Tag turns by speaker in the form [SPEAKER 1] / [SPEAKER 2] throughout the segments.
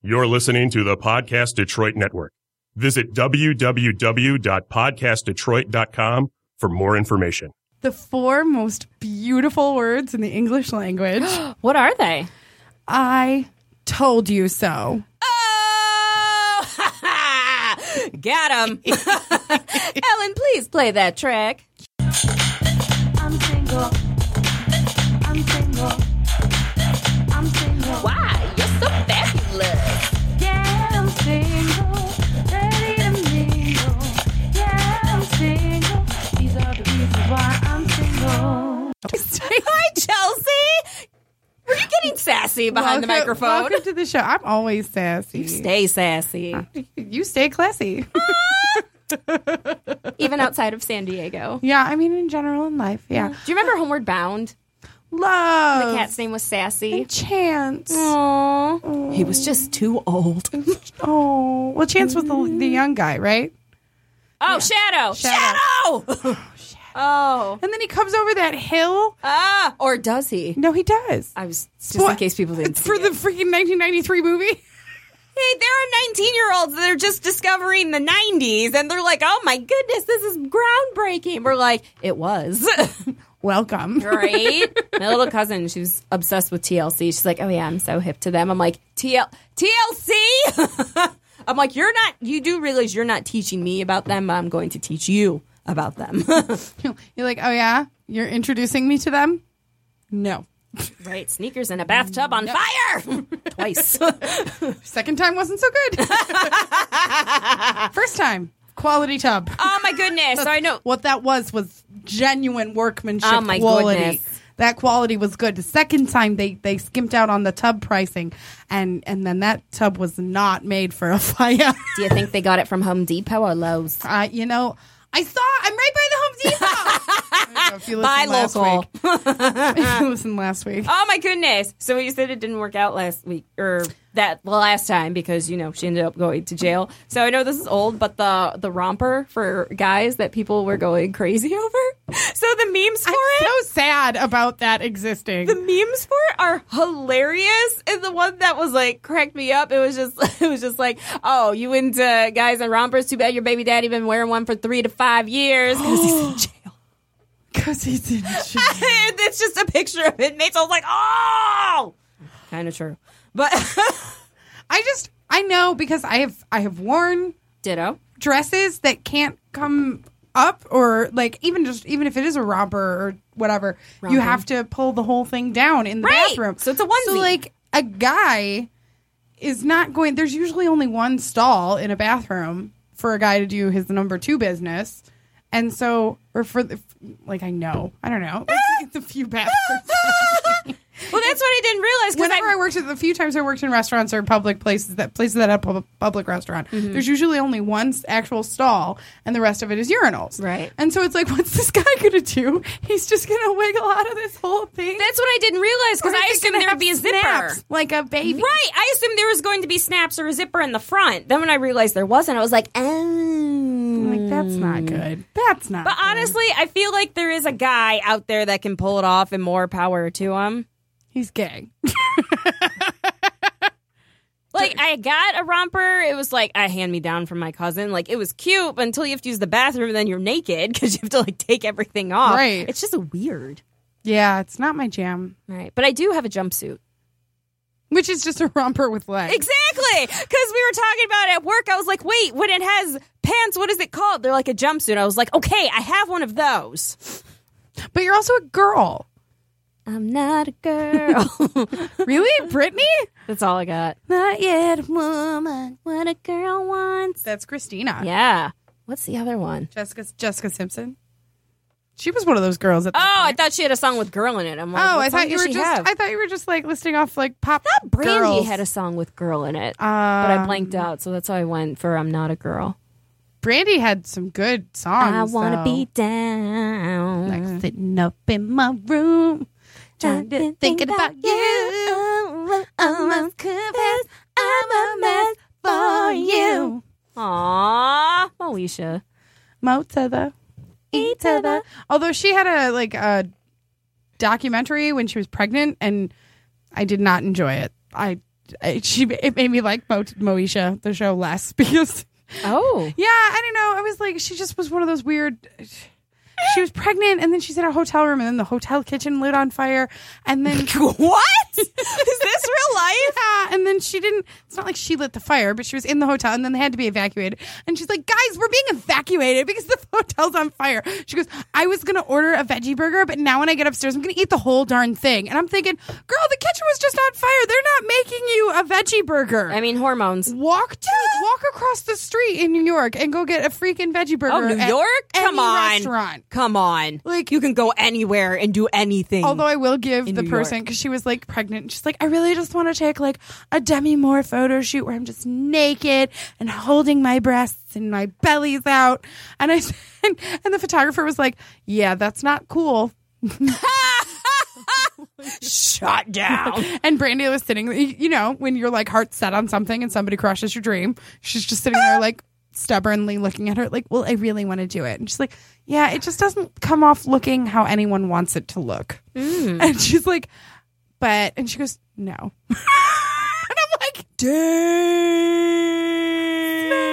[SPEAKER 1] You're listening to the Podcast Detroit Network. Visit www.podcastdetroit.com for more information.
[SPEAKER 2] The four most beautiful words in the English language.
[SPEAKER 3] What are they?
[SPEAKER 2] I told you so.
[SPEAKER 3] Oh! Got him. Ellen, please play that track.
[SPEAKER 4] I'm single. I'm single. I'm single.
[SPEAKER 3] Why? You're so fabulous.
[SPEAKER 4] Yeah, I'm single. Ready to mingle. Yeah, I'm single. These are the reasons why I'm single.
[SPEAKER 3] Hi, Chelsea. Were you getting sassy behind the
[SPEAKER 2] Welcome-
[SPEAKER 3] microphone?
[SPEAKER 2] Welcome to the show. I'm always sassy. You
[SPEAKER 3] Stay sassy,
[SPEAKER 2] you stay classy.
[SPEAKER 3] even outside of San Diego.
[SPEAKER 2] yeah, I mean in general in life. Yeah.
[SPEAKER 3] Do you remember Homeward Bound?
[SPEAKER 2] Love.
[SPEAKER 3] Mm. The Mm. cat's name was Sassy.
[SPEAKER 2] Chance.
[SPEAKER 3] Aww. He was just too old. Oh,
[SPEAKER 2] Oh. Well, Chance was the, the young guy, right?
[SPEAKER 3] Oh, Shadow.
[SPEAKER 2] Shadow.
[SPEAKER 3] Shadow. Oh.
[SPEAKER 2] And then he comes over that hill.
[SPEAKER 3] Ah. Or does he?
[SPEAKER 2] No, he does.
[SPEAKER 3] I was just
[SPEAKER 2] Spoil-
[SPEAKER 3] in case people didn't see
[SPEAKER 2] For
[SPEAKER 3] it.
[SPEAKER 2] the freaking 1993 movie.
[SPEAKER 3] Hey, there are 19 year olds that are just discovering the 90s and they're like, oh my goodness, this is groundbreaking. We're like, it was.
[SPEAKER 2] Welcome.
[SPEAKER 3] Right? my little cousin, she was obsessed with TLC. She's like, oh yeah, I'm so hip to them. I'm like, TL- TLC? I'm like, you're not, you do realize you're not teaching me about them, but I'm going to teach you about them.
[SPEAKER 2] You're like, oh yeah, you're introducing me to them. No,
[SPEAKER 3] right? Sneakers in a bathtub on fire twice.
[SPEAKER 2] second time wasn't so good. First time, quality tub.
[SPEAKER 3] oh my goodness. So I know.
[SPEAKER 2] What that was was genuine workmanship
[SPEAKER 3] Oh, my
[SPEAKER 2] quality.
[SPEAKER 3] goodness.
[SPEAKER 2] That quality was good. The second time they they skimped out on the tub pricing, and and then that tub was not made for a fire.
[SPEAKER 3] Do you think they got it from Home Depot or Lowe's?
[SPEAKER 2] uh, you know, I saw. I'm right by the Home Depot. I don't know if you
[SPEAKER 3] Buy
[SPEAKER 2] listened last
[SPEAKER 3] local.
[SPEAKER 2] week. if you listened last week.
[SPEAKER 3] Oh my goodness! So you said it didn't work out last week or that the last time because you know she ended up going to jail. So I know this is old, but the the romper for guys that people were going crazy over. So the memes for
[SPEAKER 2] I'm
[SPEAKER 3] it.
[SPEAKER 2] so sad about that existing.
[SPEAKER 3] the memes for it are hilarious, and the one that was like cracked me up. It was just, it was just like, oh, you into guys in rompers? Too bad your baby daddy been wearing one for three to five years 'cause he's in jail.
[SPEAKER 2] Because he's in jail.
[SPEAKER 3] And it's just a picture of inmates. I was like, oh, kind of true, but
[SPEAKER 2] I just I know because I have I have worn
[SPEAKER 3] ditto.
[SPEAKER 2] dresses that can't come up or like even just even if it is a romper or whatever, you have to pull the whole thing down in the
[SPEAKER 3] Right.
[SPEAKER 2] bathroom.
[SPEAKER 3] So it's a onesie.
[SPEAKER 2] So like a guy is not going there's usually only one stall in a bathroom for a guy to do his number 2 business. And so or for the, like I know. I don't know. It's, it's a few bathrooms.
[SPEAKER 3] Well, that's what I didn't realize. 'cause
[SPEAKER 2] Whenever I,
[SPEAKER 3] I,
[SPEAKER 2] worked at the few times I worked in restaurants or public places that places that have pub- public restaurant,
[SPEAKER 3] Mm-hmm.
[SPEAKER 2] there's usually only one s- actual stall, and the rest of it is urinals.
[SPEAKER 3] Right.
[SPEAKER 2] And so it's like, what's this guy gonna do? He's just gonna wiggle out of this whole thing.
[SPEAKER 3] that's what I didn't realize
[SPEAKER 2] Or
[SPEAKER 3] because I
[SPEAKER 2] is it
[SPEAKER 3] assumed
[SPEAKER 2] gonna
[SPEAKER 3] there would
[SPEAKER 2] have
[SPEAKER 3] be a zipper.
[SPEAKER 2] snaps like a baby.
[SPEAKER 3] Right, I assumed there was going to be snaps or a zipper in the front. Then when I realized there wasn't, I was like, oh.
[SPEAKER 2] Like that's not good. That's not.
[SPEAKER 3] But
[SPEAKER 2] good.
[SPEAKER 3] honestly, I feel like there is a guy out there that can pull it off, and more power to him.
[SPEAKER 2] he's gay.
[SPEAKER 3] Like I got a romper. It was like a hand me down from my cousin. Like it was cute but until you have to use the bathroom, and then you're naked because you have to like take everything off.
[SPEAKER 2] Right.
[SPEAKER 3] It's just weird.
[SPEAKER 2] yeah, it's not my jam.
[SPEAKER 3] Right. But I do have a jumpsuit.
[SPEAKER 2] Which is just a romper with legs.
[SPEAKER 3] Exactly. Because we were talking about it at work. I was like, wait, when it has pants, what is it called? They're like a jumpsuit. I was like, okay, I have one of those.
[SPEAKER 2] but you're also a girl.
[SPEAKER 3] I'm not a girl.
[SPEAKER 2] Really, Brittany?
[SPEAKER 3] That's all I got.
[SPEAKER 2] Not yet.
[SPEAKER 3] Woman, what a girl wants.
[SPEAKER 2] That's Christina.
[SPEAKER 3] Yeah. What's the other one?
[SPEAKER 2] Jessica Jessica Simpson. She was one of those girls at the
[SPEAKER 3] Oh, I thought she had a song with girl in it. I'm like,
[SPEAKER 2] Oh,
[SPEAKER 3] what
[SPEAKER 2] I
[SPEAKER 3] song
[SPEAKER 2] thought you
[SPEAKER 3] does
[SPEAKER 2] were
[SPEAKER 3] she
[SPEAKER 2] just
[SPEAKER 3] have?
[SPEAKER 2] I thought you were just like listing off like pop
[SPEAKER 3] thought Brandy
[SPEAKER 2] girls. Um,
[SPEAKER 3] had a song with girl in it, but I blanked out, so that's how I went for I'm not a girl.
[SPEAKER 2] Brandy had some good songs.
[SPEAKER 3] I want to
[SPEAKER 2] though.
[SPEAKER 3] be down.
[SPEAKER 2] like sitting up in my room.
[SPEAKER 3] I've
[SPEAKER 2] Trying to
[SPEAKER 3] been
[SPEAKER 2] thinking about you.
[SPEAKER 3] Oh, I must confess, I'm a mess for you. Aww, Moesha.
[SPEAKER 2] Mo to the eat to the Although she had a like a documentary when she was pregnant and I did not enjoy it. I it, she it made me like Mo- Moesha the show less because
[SPEAKER 3] Oh.
[SPEAKER 2] yeah, I don't know. I was like, she just was one of those weird. She was pregnant, and then she's in a hotel room, and then the hotel kitchen lit on fire, and then
[SPEAKER 3] What? Is this real life?
[SPEAKER 2] yeah, and then she didn't. It's not like she lit the fire, but she was in the hotel, and then they had to be evacuated. And she's like, "Guys, we're being evacuated because the hotel's on fire." She goes, "I was gonna order a veggie burger, but now when I get upstairs, I'm gonna eat the whole darn thing." And I'm thinking, "Girl, the kitchen was just on fire. They're not making you a veggie burger."
[SPEAKER 3] I mean, hormones.
[SPEAKER 2] Walk to walk across the street in New York and go get a freaking veggie burger.
[SPEAKER 3] Oh, New
[SPEAKER 2] at
[SPEAKER 3] York?
[SPEAKER 2] any
[SPEAKER 3] Come on.
[SPEAKER 2] restaurant.
[SPEAKER 3] Come on.
[SPEAKER 2] Like-
[SPEAKER 3] you can go anywhere and do anything.
[SPEAKER 2] Although I will give
[SPEAKER 3] in
[SPEAKER 2] the
[SPEAKER 3] New
[SPEAKER 2] person
[SPEAKER 3] York.
[SPEAKER 2] because she was like pregnant. She's like, I really just want to take like a demi moore photo shoot where I'm just naked and holding my breasts and my belly's out. And I said- and, and the photographer was like, Yeah, that's not cool.
[SPEAKER 3] shut down.
[SPEAKER 2] And Brandy was sitting, you know, when you're like heart set on something and somebody crushes your dream, she's just sitting there like stubbornly looking at her, like, Well, I really want to do it. And she's like, Yeah, it just doesn't come off looking how anyone wants it to look.
[SPEAKER 3] Mm.
[SPEAKER 2] And she's like, But, and she goes, No. and I'm like,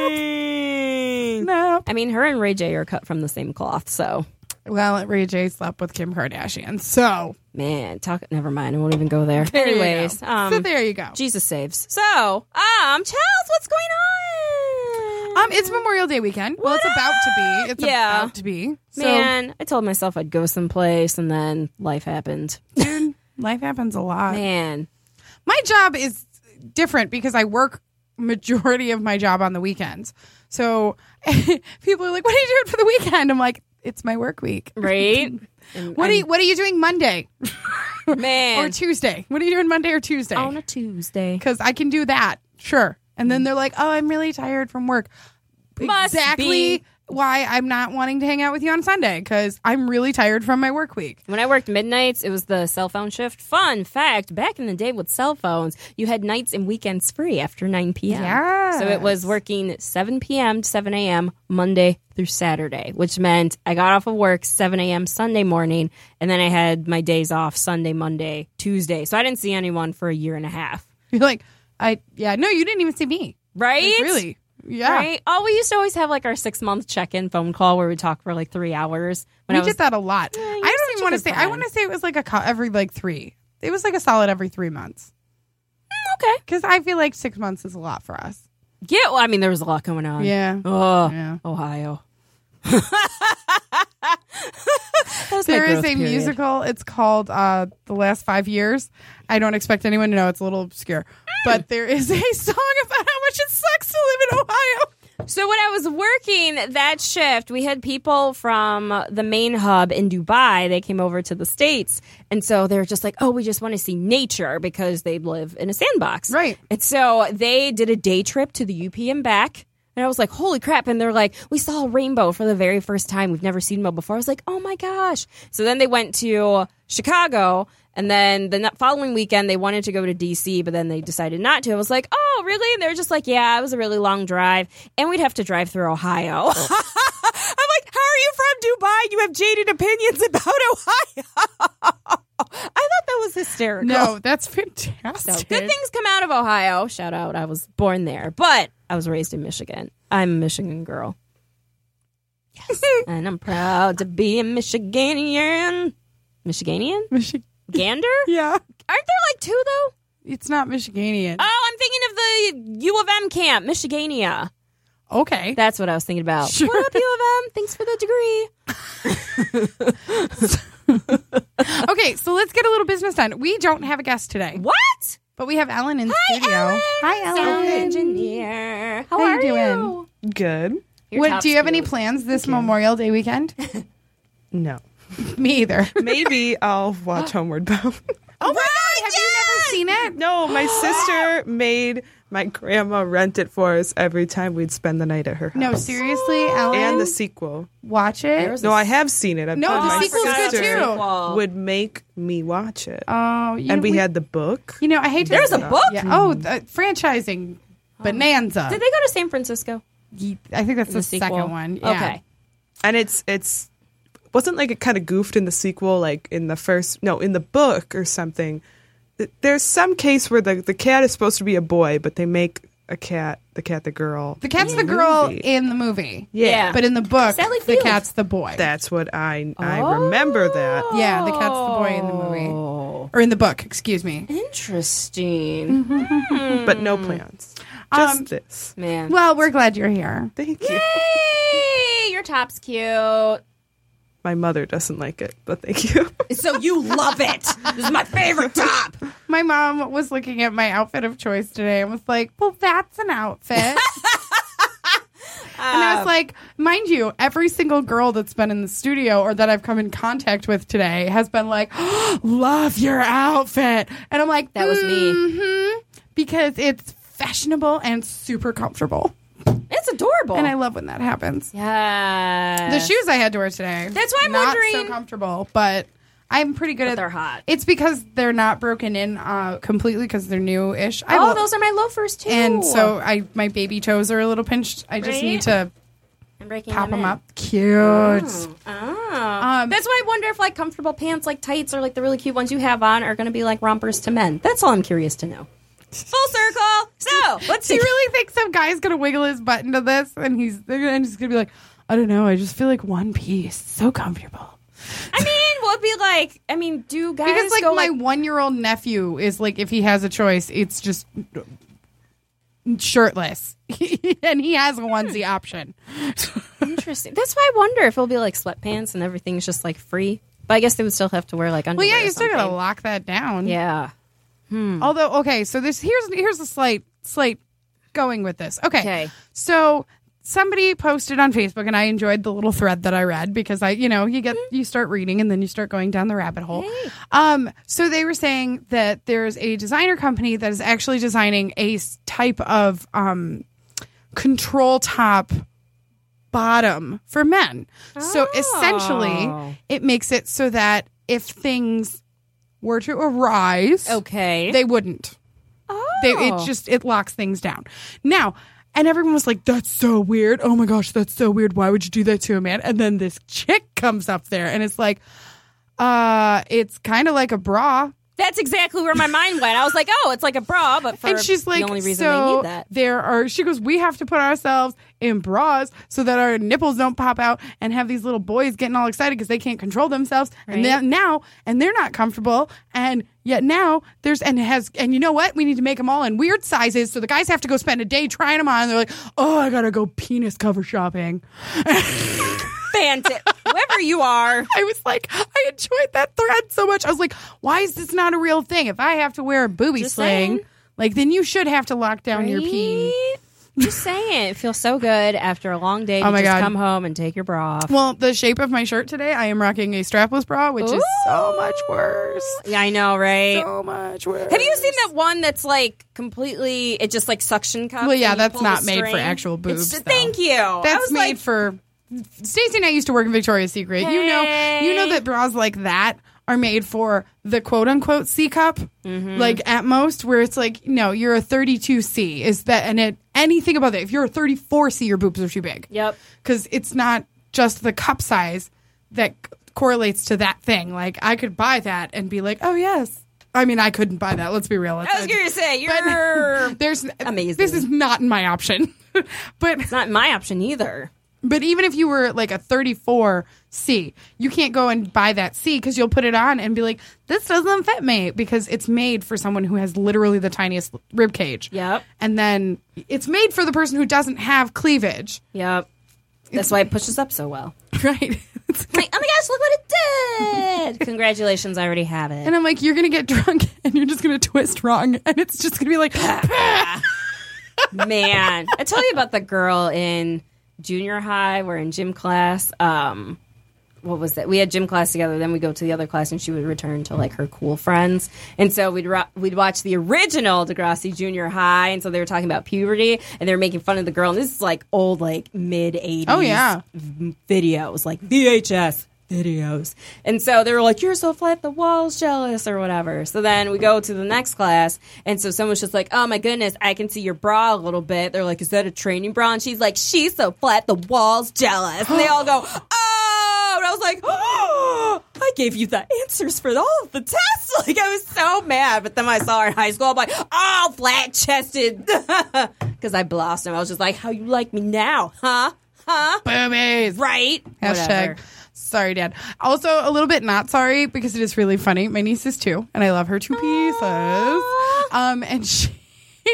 [SPEAKER 3] Dang.
[SPEAKER 2] No.
[SPEAKER 3] I mean, her and Ray J are cut from the same cloth, so
[SPEAKER 2] Well, Ray J slept with Kim Kardashian. So,
[SPEAKER 3] man, talk. Never mind. I won't even go there.
[SPEAKER 2] there you go.
[SPEAKER 3] Anyways, um,
[SPEAKER 2] so there you go.
[SPEAKER 3] Jesus saves. So, um, Chels, what's going on?
[SPEAKER 2] Um, it's Memorial Day weekend. Well, it's about to be. It's
[SPEAKER 3] Yeah.
[SPEAKER 2] about to be. So,
[SPEAKER 3] man, I told myself I'd go someplace, and then life happened.
[SPEAKER 2] dude, life happens a lot.
[SPEAKER 3] Man,
[SPEAKER 2] my job is different because I work majority of my job on the weekends. So people are like, "What are you doing for the weekend?" I'm like, "It's my work week."
[SPEAKER 3] right?
[SPEAKER 2] What are you, What are you doing Monday
[SPEAKER 3] man?
[SPEAKER 2] or Tuesday? What are you doing Monday or Tuesday?
[SPEAKER 3] on a Tuesday.
[SPEAKER 2] Because I can do that, sure. And then they're like, "Oh, I'm really tired from work."
[SPEAKER 3] Mm. Must
[SPEAKER 2] exactly
[SPEAKER 3] be.
[SPEAKER 2] why I'm not wanting to hang out with you on Sunday because I'm really tired from my work week.
[SPEAKER 3] When I worked midnights, it was the cell phone shift. Fun fact: back in the day with cell phones, you had nights and weekends free after 9 p.m. So it was working 7 p.m. to 7 a.m. Monday through Saturday, which meant I got off of work 7 a.m. Sunday morning, and then I had my days off Sunday, Monday, Tuesday. So I didn't see anyone for a year and a half.
[SPEAKER 2] You're like, "I yeah, no, you didn't even see me,
[SPEAKER 3] Right?
[SPEAKER 2] Like, really." Yeah,
[SPEAKER 3] Right? Oh, we used to always have like our six month check in phone call where we talk for like three hours. When
[SPEAKER 2] we
[SPEAKER 3] I was
[SPEAKER 2] did that a lot. I
[SPEAKER 3] you're
[SPEAKER 2] don't
[SPEAKER 3] such
[SPEAKER 2] even
[SPEAKER 3] a
[SPEAKER 2] want to
[SPEAKER 3] good
[SPEAKER 2] say. I
[SPEAKER 3] friend.
[SPEAKER 2] want to say it was like a co- every like three. It was like a solid every three months
[SPEAKER 3] okay.
[SPEAKER 2] because I feel like six months is a lot for us.
[SPEAKER 3] Yeah, well, I mean, there was a lot going on.
[SPEAKER 2] Yeah.
[SPEAKER 3] Oh,
[SPEAKER 2] Yeah.
[SPEAKER 3] Ohio. that was my
[SPEAKER 2] There is
[SPEAKER 3] growth
[SPEAKER 2] a
[SPEAKER 3] period.
[SPEAKER 2] musical. It's called uh, "The Last Five Years." I don't expect anyone to know. It's a little obscure,
[SPEAKER 3] Mm.
[SPEAKER 2] but there is a song about how much it sucks to live in Ohio.
[SPEAKER 3] So when I was working that shift, we had people from the main hub in Dubai. They came over to the states, and so they were just like, "Oh, we just want to see nature because they live in a sandbox,
[SPEAKER 2] Right.
[SPEAKER 3] And so they did a day trip to the UP and back. And I was like, holy crap. And they're like, we saw a rainbow for the very first time. We've never seen one before. I was like, oh my gosh. So then they went to Chicago. And then the ne- following weekend, they wanted to go to DC, but then they decided not to. I was like, oh, really? And they were just like, yeah, it was a really long drive. And we'd have to drive through Ohio. I'm like, how are you from Dubai? You have jaded opinions about Ohio. I thought that was hysterical.
[SPEAKER 2] No, that's fantastic.
[SPEAKER 3] So good things come out of Ohio. Shout out. I was born there, but I was raised in Michigan. I'm a Michigan girl. Yes. and I'm proud to be a Michiganian. Michiganian?
[SPEAKER 2] Michi-
[SPEAKER 3] Gander?
[SPEAKER 2] yeah,
[SPEAKER 3] Aren't there like two though?
[SPEAKER 2] it's not Michiganian.
[SPEAKER 3] Oh, I'm thinking of the U of M camp, Michigania.
[SPEAKER 2] Okay,
[SPEAKER 3] That's what I was thinking about.
[SPEAKER 2] Sure.
[SPEAKER 3] What up, U of M? Thanks for the degree.
[SPEAKER 2] okay. So let's get a little business done. We don't have a guest today,
[SPEAKER 3] What?
[SPEAKER 2] but we have Ellen in studio.
[SPEAKER 3] Ellen,
[SPEAKER 2] Hi, Ellen.
[SPEAKER 3] Sound engineer. How,
[SPEAKER 2] How
[SPEAKER 3] are
[SPEAKER 2] you doing?
[SPEAKER 3] you?
[SPEAKER 5] Good.
[SPEAKER 3] Your
[SPEAKER 2] What
[SPEAKER 3] top
[SPEAKER 2] do you have any
[SPEAKER 3] skills.
[SPEAKER 2] plans this Memorial Day weekend?
[SPEAKER 5] No.
[SPEAKER 2] Me either.
[SPEAKER 5] Maybe I'll watch Homeward Bound.
[SPEAKER 2] Oh my god, have you never seen it?
[SPEAKER 5] no, my sister made my grandma rent it for us every time we'd spend the night at her house.
[SPEAKER 2] No, seriously, Ellen.
[SPEAKER 5] And the sequel.
[SPEAKER 2] watch it.
[SPEAKER 3] There's-
[SPEAKER 5] No, I have seen it. I
[SPEAKER 2] No,
[SPEAKER 5] but
[SPEAKER 2] the
[SPEAKER 5] my
[SPEAKER 2] sequel's good
[SPEAKER 5] sister
[SPEAKER 2] too.
[SPEAKER 3] Sequel.
[SPEAKER 5] Would make me watch it.
[SPEAKER 2] Oh, you,
[SPEAKER 5] and we, had the book.
[SPEAKER 2] You know, I hate to.
[SPEAKER 3] There's a book?
[SPEAKER 2] Yeah. Oh, the franchising bonanza.
[SPEAKER 3] Did they go to San Francisco?
[SPEAKER 2] I think that's Oh. the,
[SPEAKER 3] the sequel?
[SPEAKER 2] second one. Yeah.
[SPEAKER 3] Okay.
[SPEAKER 5] And it's it's wasn't like it kind of goofed in the sequel, like in the first no, in the book or something. there's some case where the the cat is supposed to be a boy, but they make a cat the cat the girl.
[SPEAKER 2] The cat's the girl in the movie.
[SPEAKER 3] Yeah.
[SPEAKER 2] But in the book,
[SPEAKER 3] Sally
[SPEAKER 2] the
[SPEAKER 3] Field.
[SPEAKER 2] cat's the boy.
[SPEAKER 5] That's what I I remember that.
[SPEAKER 2] yeah, the cat's the boy in the
[SPEAKER 3] Oh.
[SPEAKER 2] movie. Or in the book, excuse me.
[SPEAKER 3] Interesting.
[SPEAKER 5] But no plans. Just
[SPEAKER 2] Um,
[SPEAKER 5] this.
[SPEAKER 3] Man.
[SPEAKER 2] Well, we're glad you're here.
[SPEAKER 5] Thank you.
[SPEAKER 3] Hey, your top's cute.
[SPEAKER 5] My mother doesn't like it, but thank you.
[SPEAKER 3] So you love it. This is my favorite top.
[SPEAKER 2] My mom was looking at my outfit of choice today and was like, Well, that's an outfit. and I was like, Mind you, every single girl that's been in the studio or that I've come in contact with today has been like, Love your outfit. And I'm like,
[SPEAKER 3] That was me.
[SPEAKER 2] "Mhm," Because it's fashionable and super comfortable.
[SPEAKER 3] It's adorable.
[SPEAKER 2] And I love when that happens.
[SPEAKER 3] yeah.
[SPEAKER 2] The shoes I had to wear today.
[SPEAKER 3] That's why I'm
[SPEAKER 2] not so
[SPEAKER 3] wondering.
[SPEAKER 2] comfortable, but I'm pretty good at.
[SPEAKER 3] they're hot.
[SPEAKER 2] It's because they're not broken in uh, completely because they're new-ish. I
[SPEAKER 3] Oh,
[SPEAKER 2] will-
[SPEAKER 3] those are my loafers too.
[SPEAKER 2] And so I, my baby toes are a little pinched. I just
[SPEAKER 3] Right? Hmm.
[SPEAKER 2] need to
[SPEAKER 3] I'm breaking
[SPEAKER 2] pop them
[SPEAKER 3] in.
[SPEAKER 2] up. Um, Cute.
[SPEAKER 3] Oh. That's why I wonder if like comfortable pants like tights or like the really cute ones you have on are going to be like rompers to men. That's all I'm curious to know. Full circle. So let's
[SPEAKER 2] Do
[SPEAKER 3] see.
[SPEAKER 2] you really think some guy's gonna wiggle his butt into this? And he's they're gonna, and he's gonna be like, I don't know. I just feel like one piece, so comfortable.
[SPEAKER 3] I mean, we'll be like, I mean, do guys
[SPEAKER 2] Because like
[SPEAKER 3] go
[SPEAKER 2] my one-year-old nephew is like, if he has a choice, it's just shirtless, and he has a onesie option.
[SPEAKER 3] interesting? That's why I wonder if it'll be like sweatpants and everything's just like free. But I guess they would still have to wear like
[SPEAKER 2] Well,
[SPEAKER 3] underwear.
[SPEAKER 2] yeah,
[SPEAKER 3] or
[SPEAKER 2] you still
[SPEAKER 3] something.
[SPEAKER 2] gotta lock that down.
[SPEAKER 3] Yeah.
[SPEAKER 2] Although, okay, so this here's here's a slight slight going with this. Okay.
[SPEAKER 3] Okay.
[SPEAKER 2] So somebody posted on Facebook and I enjoyed the little thread that I read because I, you know, you get you start reading and then you start going down the rabbit hole. Um so they were saying that there's a designer company that is actually designing a s- type of um control top bottom for men. So essentially, it makes it so that if things were to arise,
[SPEAKER 3] Oh, Okay.
[SPEAKER 2] they wouldn't. They,
[SPEAKER 3] Oh.
[SPEAKER 2] it just it locks things down. Now, and everyone was like, "That's so weird. Oh my gosh, that's so weird. Why would you do that to a man?" And then this chick comes up there, and it's like, "Uh, it's kind of like a bra."
[SPEAKER 3] That's exactly where my mind went. I was like, oh, it's like a bra, but for
[SPEAKER 2] and she's like,
[SPEAKER 3] the only reason
[SPEAKER 2] so
[SPEAKER 3] they need that.
[SPEAKER 2] there are. She goes, "We have to put ourselves in bras so that our nipples don't pop out and have these little boys getting all excited because they can't control themselves." And
[SPEAKER 3] Right.
[SPEAKER 2] then now, and they're not comfortable, and yet now there's and it has and you know what? We need to make them all in weird sizes so the guys have to go spend a day trying them on. And they're like, "Oh, I gotta go penis cover shopping."
[SPEAKER 3] Fanta- whoever you are.
[SPEAKER 2] I was like, I enjoyed that thread so much. I was like, why is this not a real thing? If I have to wear a booby
[SPEAKER 3] Just
[SPEAKER 2] sling,
[SPEAKER 3] saying.
[SPEAKER 2] like then you should have to lock down your pee.
[SPEAKER 3] Right? Just saying, it feels so good after a long day. To
[SPEAKER 2] Oh my
[SPEAKER 3] just
[SPEAKER 2] God.
[SPEAKER 3] come home and take your bra off.
[SPEAKER 2] Well, the shape of my shirt today, I am rocking a strapless bra, which is so much worse.
[SPEAKER 3] Yeah, I know, right?
[SPEAKER 2] So much worse.
[SPEAKER 3] Have you seen that one that's like completely? It just like suction cups.
[SPEAKER 2] Well, yeah,
[SPEAKER 3] and you
[SPEAKER 2] that's
[SPEAKER 3] pull
[SPEAKER 2] not
[SPEAKER 3] the
[SPEAKER 2] made for
[SPEAKER 3] string?
[SPEAKER 2] actual
[SPEAKER 3] It's
[SPEAKER 2] boobs,
[SPEAKER 3] just-
[SPEAKER 2] though.
[SPEAKER 3] thank you. I
[SPEAKER 2] That's
[SPEAKER 3] was
[SPEAKER 2] made
[SPEAKER 3] like,
[SPEAKER 2] for Stacey and I used to work in Victoria's Secret. You know, you know
[SPEAKER 3] Hey.
[SPEAKER 2] that bras like that are made for the quote unquote C cup,
[SPEAKER 3] Mm-hmm.
[SPEAKER 2] like at most, where it's like, no, you're a 32C. Is that and it anything about that? If you're a 34C, your boobs are too big.
[SPEAKER 3] Yep.
[SPEAKER 2] because it's not just the cup size that c- correlates to that thing. Like I could buy that and be like, oh yes. I mean, I couldn't buy that. Let's be real.
[SPEAKER 3] I was going to say
[SPEAKER 2] But
[SPEAKER 3] you're.
[SPEAKER 2] there's
[SPEAKER 3] amazing.
[SPEAKER 2] This is not my option. but
[SPEAKER 3] It's not my option either.
[SPEAKER 2] but even if you were like a 34 C, you can't go and buy that C because you'll put it on and be like, this doesn't fit me because it's made for someone who has literally the tiniest rib cage.
[SPEAKER 3] Yep.
[SPEAKER 2] And then it's made for the person who doesn't have cleavage.
[SPEAKER 3] Yep. That's why it pushes up so well.
[SPEAKER 2] Right. It's-
[SPEAKER 3] Like, oh my gosh, look what it did! Congratulations, I already have it.
[SPEAKER 2] and I'm like, you're going to get drunk and you're just going to twist wrong. And it's just going to be like,
[SPEAKER 3] man i tell you about the girl in junior high we're in gym class um what was that we had gym class together then we go to the other class and she would return to like her cool friends and so we'd ro- we'd watch the original degrassi junior high and so they were talking about puberty and they were making fun of the girl and this is like old like mid 80s
[SPEAKER 2] Oh, yeah.
[SPEAKER 3] v- videos like vhs videos and so they were like you're so flat the walls jealous or whatever so then we go to the next class and so someone's just like oh my goodness i can see your bra a little bit they're like is that a training bra and she's like she's so flat the walls jealous and they all go oh and i was like oh I gave you the answers for all of the tests. Like, I was so mad. But then when I saw her in high school, I'm like, oh, flat chested. Because I blossomed. I was just like, how you like me now? Huh? Huh?
[SPEAKER 2] Boobies.
[SPEAKER 3] Right?
[SPEAKER 2] Hashtag.
[SPEAKER 3] Whatever.
[SPEAKER 2] Sorry, Dad. Also, a little bit not sorry because it is really funny. My niece is two, and I love her two pieces. Um, and she.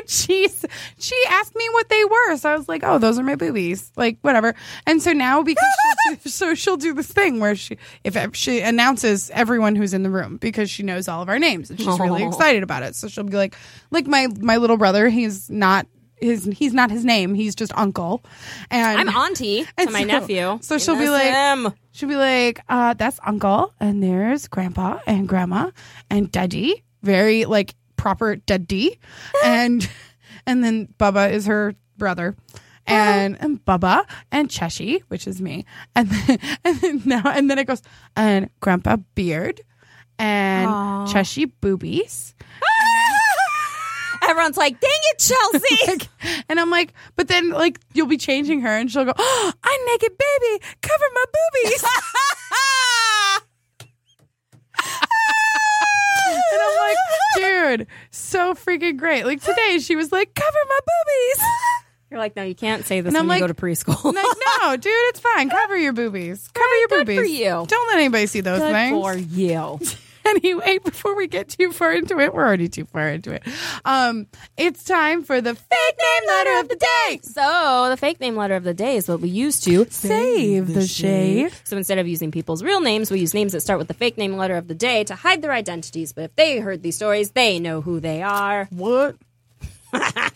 [SPEAKER 2] She's she asked me what they were, so I was like, "Oh, those are my boobies." Like whatever. And so now because she'll do, so she'll do this thing where she if she announces everyone who's in the room because she knows all of our names and she's really
[SPEAKER 3] Aw.
[SPEAKER 2] excited about it. So she'll be like, "Like my my little brother, he's not his he's not his name, he's just uncle." And
[SPEAKER 3] I'm auntie to
[SPEAKER 2] And
[SPEAKER 3] my
[SPEAKER 2] so-
[SPEAKER 3] nephew.
[SPEAKER 2] so she'll be
[SPEAKER 3] Miss
[SPEAKER 2] like-
[SPEAKER 3] him.
[SPEAKER 2] She'll be like, uh, that's uncle, and there's grandpa and grandma and daddy. Very like proper daddy. and and then Bubba is her brother. And, and Bubba and Cheshi, which is me. And then, and then now and then it goes and grandpa beard and Cheshi boobies.
[SPEAKER 3] Everyone's like, dang it, Chelsea.
[SPEAKER 2] And I'm like, but then like you'll be changing her and she'll go, oh, I'm naked baby, cover my boobies. And I'm like, dude, so freaking great. Like today, she was like, cover my boobies.
[SPEAKER 3] You're like, no, you can't say this
[SPEAKER 2] And
[SPEAKER 3] when
[SPEAKER 2] I'm
[SPEAKER 3] you go to
[SPEAKER 2] like-
[SPEAKER 3] preschool.
[SPEAKER 2] I'm like, no, dude, it's fine. Cover your boobies. Cover your
[SPEAKER 3] good
[SPEAKER 2] boobies.
[SPEAKER 3] for you.
[SPEAKER 2] Don't let anybody see those
[SPEAKER 3] Good
[SPEAKER 2] things.
[SPEAKER 3] for you.
[SPEAKER 2] Anyway, before we get too far into it, we're already too far into it. Um, it's time for the fake name letter of the day.
[SPEAKER 3] So the fake name letter of the day is what we use to
[SPEAKER 2] Save the shade.
[SPEAKER 3] So instead of using people's real names, we use names that start with the fake name letter of the day to hide their identities. But if they heard these stories, they know who they are.
[SPEAKER 2] What?
[SPEAKER 3] Oh,
[SPEAKER 2] Is it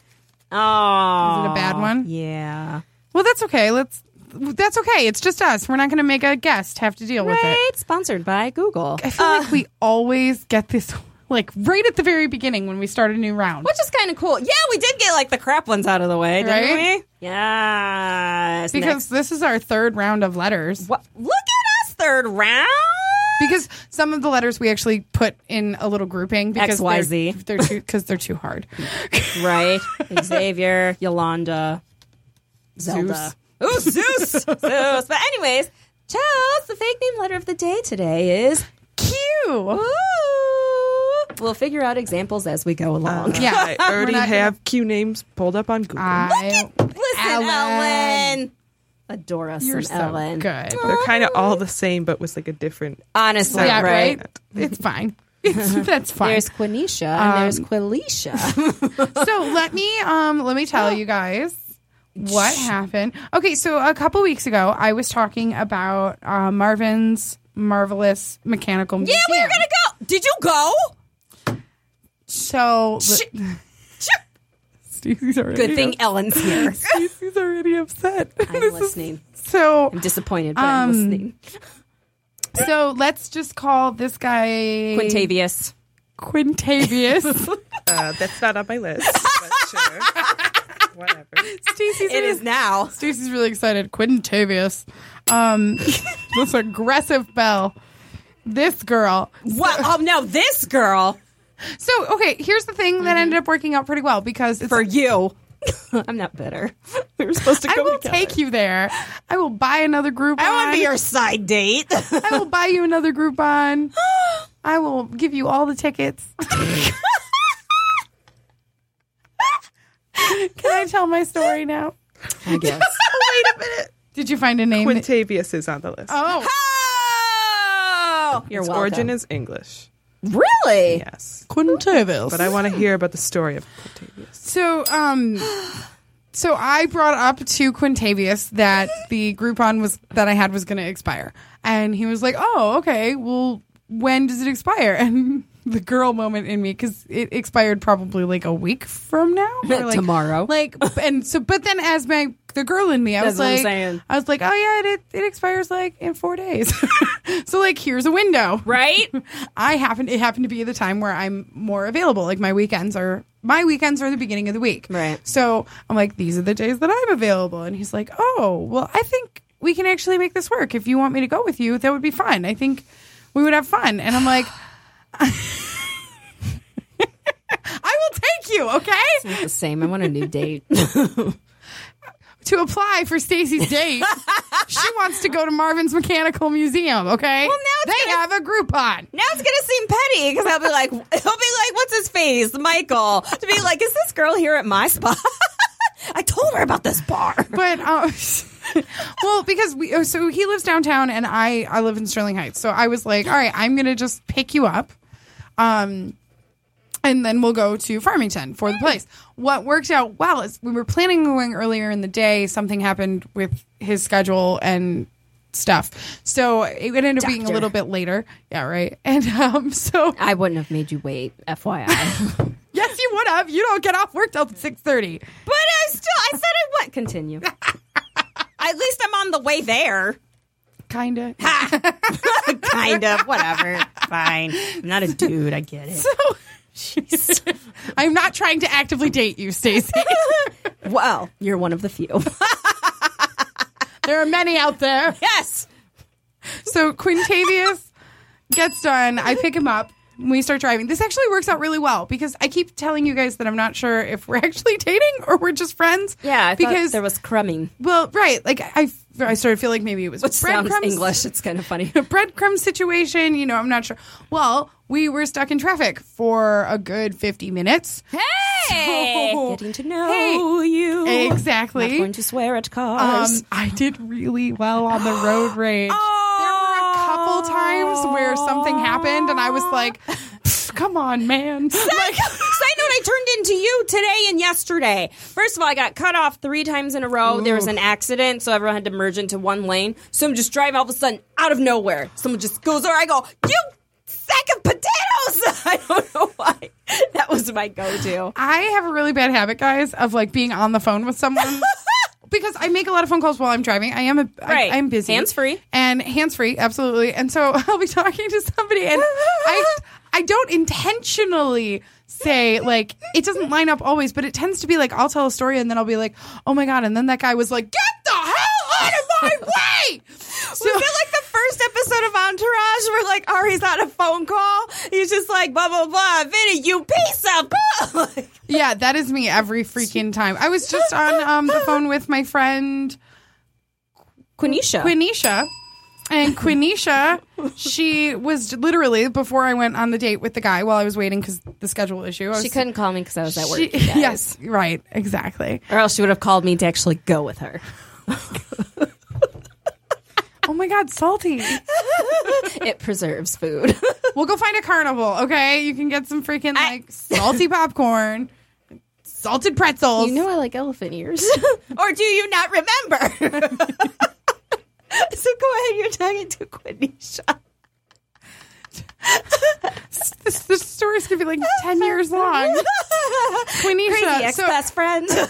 [SPEAKER 2] a bad one?
[SPEAKER 3] Yeah.
[SPEAKER 2] Well, that's okay. Let's. That's okay. It's just us. We're not going to make a guest have to deal with it.
[SPEAKER 3] Right. Sponsored by Google.
[SPEAKER 2] I feel like we always get this like right at the very beginning when we start a new round.
[SPEAKER 3] Which is kind of cool. Yeah, we did get like the crap ones out of the way, didn't
[SPEAKER 2] Right?
[SPEAKER 3] we? Yes. next.
[SPEAKER 2] Because this is our third round of letters.
[SPEAKER 3] What? Look at us, third round.
[SPEAKER 2] Because some of the letters we actually put in a little grouping because
[SPEAKER 3] XYZ.
[SPEAKER 2] they're, they're too because they're too hard.
[SPEAKER 3] Right. Xavier, Yolanda, Zelda. Ooh, Zeus. Zeus. But anyways, Charles, the fake name letter of the day today is
[SPEAKER 2] Q.
[SPEAKER 3] ooh. We'll figure out examples as we go along.
[SPEAKER 2] Yeah,
[SPEAKER 5] I
[SPEAKER 2] we're
[SPEAKER 5] already
[SPEAKER 2] not Ah.
[SPEAKER 5] have Q names pulled up on Google.
[SPEAKER 2] gonna- I,
[SPEAKER 3] Listen, Ellen. Adore us
[SPEAKER 2] you're
[SPEAKER 3] some
[SPEAKER 2] so
[SPEAKER 3] Ellen.
[SPEAKER 2] good.
[SPEAKER 5] They're kind of all the same, but with like a different.
[SPEAKER 3] Honestly,
[SPEAKER 2] Yeah,
[SPEAKER 3] right?
[SPEAKER 2] right. It's fine. It's, that's fine.
[SPEAKER 3] There's Quenisha and
[SPEAKER 2] Um,
[SPEAKER 3] there's Quelisha.
[SPEAKER 2] so let me um let me tell you guys what happened. Okay, so a couple weeks ago, I was talking about uh, Marvin's marvelous mechanical
[SPEAKER 3] yeah,
[SPEAKER 2] museum.
[SPEAKER 3] we were gonna go. Did you go?
[SPEAKER 2] So Stacey's already
[SPEAKER 3] Good thing Ellen's here.
[SPEAKER 2] Stacey's already upset.
[SPEAKER 3] I'm
[SPEAKER 2] This is-
[SPEAKER 3] listening.
[SPEAKER 2] so
[SPEAKER 3] I'm disappointed, but
[SPEAKER 2] Um,
[SPEAKER 3] I'm listening.
[SPEAKER 2] so let's just call this guy
[SPEAKER 3] Quintavious.
[SPEAKER 2] Quintavious.
[SPEAKER 5] Uh, that's not on my list. But sure. Whatever.
[SPEAKER 2] Stacey's
[SPEAKER 3] It is now.
[SPEAKER 2] Stacey's really excited. Quintavious. Um, this aggressive bell. This girl.
[SPEAKER 3] Well, oh no, this girl
[SPEAKER 2] So okay, here's the thing that ended up working out pretty well because it's
[SPEAKER 3] Mm-hmm. for you. I'm not bitter. We were supposed to
[SPEAKER 2] I
[SPEAKER 3] go
[SPEAKER 2] will
[SPEAKER 3] together.
[SPEAKER 2] take you there. I will buy another Groupon.
[SPEAKER 3] I want to be your side date.
[SPEAKER 2] I will buy you another Groupon. I will give you all the tickets. Can I tell my story now?
[SPEAKER 3] I guess.
[SPEAKER 5] Wait a minute.
[SPEAKER 2] Did you find a name?
[SPEAKER 5] Quintavious is on the list.
[SPEAKER 2] oh,
[SPEAKER 3] Oh, you're
[SPEAKER 5] Its
[SPEAKER 3] welcome.
[SPEAKER 5] origin is English.
[SPEAKER 3] really?
[SPEAKER 5] Yes.
[SPEAKER 2] Quintavious.
[SPEAKER 5] But I want to hear about the story of Quintavious.
[SPEAKER 2] So, um, so I brought up to Quintavious that the Groupon was that I had was going to expire, and he was like, "Oh, okay. Well, when does it expire?" And the girl moment in me because it expired probably like a week from now, or, like,
[SPEAKER 3] Tomorrow.
[SPEAKER 2] Like, and so, but then as my the girl in me, I
[SPEAKER 3] That's
[SPEAKER 2] was
[SPEAKER 3] what I'm
[SPEAKER 2] like,
[SPEAKER 3] saying.
[SPEAKER 2] I was like, "Oh yeah, it it expires like in four days." so like, here's a window,
[SPEAKER 3] Right?
[SPEAKER 2] I happen it happened to be the time where I'm more available. Like my weekends are my weekends are the beginning of the week.
[SPEAKER 3] Right.
[SPEAKER 2] So I'm like, these are the days that I'm available. And he's like, Oh, well, I think we can actually make this work. If you want me to go with you, that would be fine. I think we would have fun. And I'm like I will take you, okay?
[SPEAKER 3] the same. I want a new date.
[SPEAKER 2] to apply for Stacy's date. she wants to go to Marvin's Mechanical Museum. Okay. Well,
[SPEAKER 3] now it's
[SPEAKER 2] they
[SPEAKER 3] gonna-
[SPEAKER 2] have a Groupon.
[SPEAKER 3] Now it's gonna seem petty because I'll be like, he'll be like, "What's his face, Michael?" To be like, "Is this girl here at my spot?" I told her about this bar.
[SPEAKER 2] but um, well, because we oh, so he lives downtown and I I live in Sterling Heights, so I was like, all right, I'm gonna just pick you up, um, and then we'll go to Farmington for the place. What worked out well is we were planning on going earlier in the day. Something happened with his schedule and stuff, so it ended up being a
[SPEAKER 3] Doctor.
[SPEAKER 2] little bit later. Yeah, right. And um, so
[SPEAKER 3] I wouldn't have made you wait, FYI.
[SPEAKER 2] yes, you would have. You don't get off work till six thirty.
[SPEAKER 3] but I still, I said I would continue. At least I'm on the way there.
[SPEAKER 2] Kinda.
[SPEAKER 3] kind of, whatever. Fine. I'm not a dude. I get it.
[SPEAKER 2] I'm not trying to actively date you, Stacey.
[SPEAKER 3] Well, you're one of the few.
[SPEAKER 2] There are many out there.
[SPEAKER 3] yes.
[SPEAKER 2] So Quintavious gets done. I pick him up. We start driving. This actually works out really well because I keep telling you guys that I'm not sure if we're actually dating or we're just friends.
[SPEAKER 3] Yeah, I because
[SPEAKER 2] because
[SPEAKER 3] there was crumbing,
[SPEAKER 2] well, right. Like I, I started to feel like maybe it was
[SPEAKER 3] which sounds
[SPEAKER 2] breadcrumbs-
[SPEAKER 3] English. It's kind of funny.
[SPEAKER 2] breadcrumb situation. You know, I'm not sure. Well, we were stuck in traffic for a good 50 minutes.
[SPEAKER 3] Hey,
[SPEAKER 2] So-
[SPEAKER 3] getting to know you.
[SPEAKER 2] Exactly.
[SPEAKER 3] Not going to swear at
[SPEAKER 2] Um,
[SPEAKER 3] cars.
[SPEAKER 2] I did really well on the road rage.
[SPEAKER 3] Oh,
[SPEAKER 2] There were a couple times where something happened, and I was like, "Pff, "Come on, man!"
[SPEAKER 3] Like, side note, I turned into you today and yesterday. First of all, I got cut off three times in a row. There was an accident, so everyone had to merge into one lane. So I'm just driving all of a sudden out of nowhere. Someone just goes over. I go, you sack of potatoes. I don't know why. That was my go to.
[SPEAKER 2] I have a really bad habit, guys, of like being on the phone with someone. Because I make a lot of phone calls while I'm driving. I am a
[SPEAKER 3] Right.
[SPEAKER 2] I, am busy.
[SPEAKER 3] Hands-free.
[SPEAKER 2] And hands free, absolutely. And so I'll be talking to somebody and I I don't intentionally say like it doesn't line up always, but it tends to be like I'll tell a story and then I'll be like, Oh my god, and then that guy was like, Get the hell out of my way. So
[SPEAKER 3] was it like the first episode of Entourage where like Ari's on a phone call? He's just like blah blah blah. Vinny, you piece of blah.
[SPEAKER 2] Yeah, that is me every freaking time. I was just on um, the phone with my friend
[SPEAKER 3] Quenisha.
[SPEAKER 2] Quinisha. And Quinisha, she was literally before I went on the date with the guy while I was waiting because the schedule issue. I was,
[SPEAKER 3] she couldn't call me because I was at work.
[SPEAKER 2] she-
[SPEAKER 3] you guys.
[SPEAKER 2] yes, right, exactly.
[SPEAKER 3] Or else she would have called me to actually go with her.
[SPEAKER 2] Oh my God, salty.
[SPEAKER 3] It preserves food.
[SPEAKER 2] we'll go find a carnival, okay? You can get some freaking
[SPEAKER 3] I-
[SPEAKER 2] like salty popcorn, salted pretzels.
[SPEAKER 3] You know I like elephant ears. or do you not remember? so go ahead, you're talking to Quenisha.
[SPEAKER 2] this, this story's gonna be like 10 years long. Quinisha,
[SPEAKER 3] Crazy
[SPEAKER 2] so-
[SPEAKER 3] ex-best friend.
[SPEAKER 2] so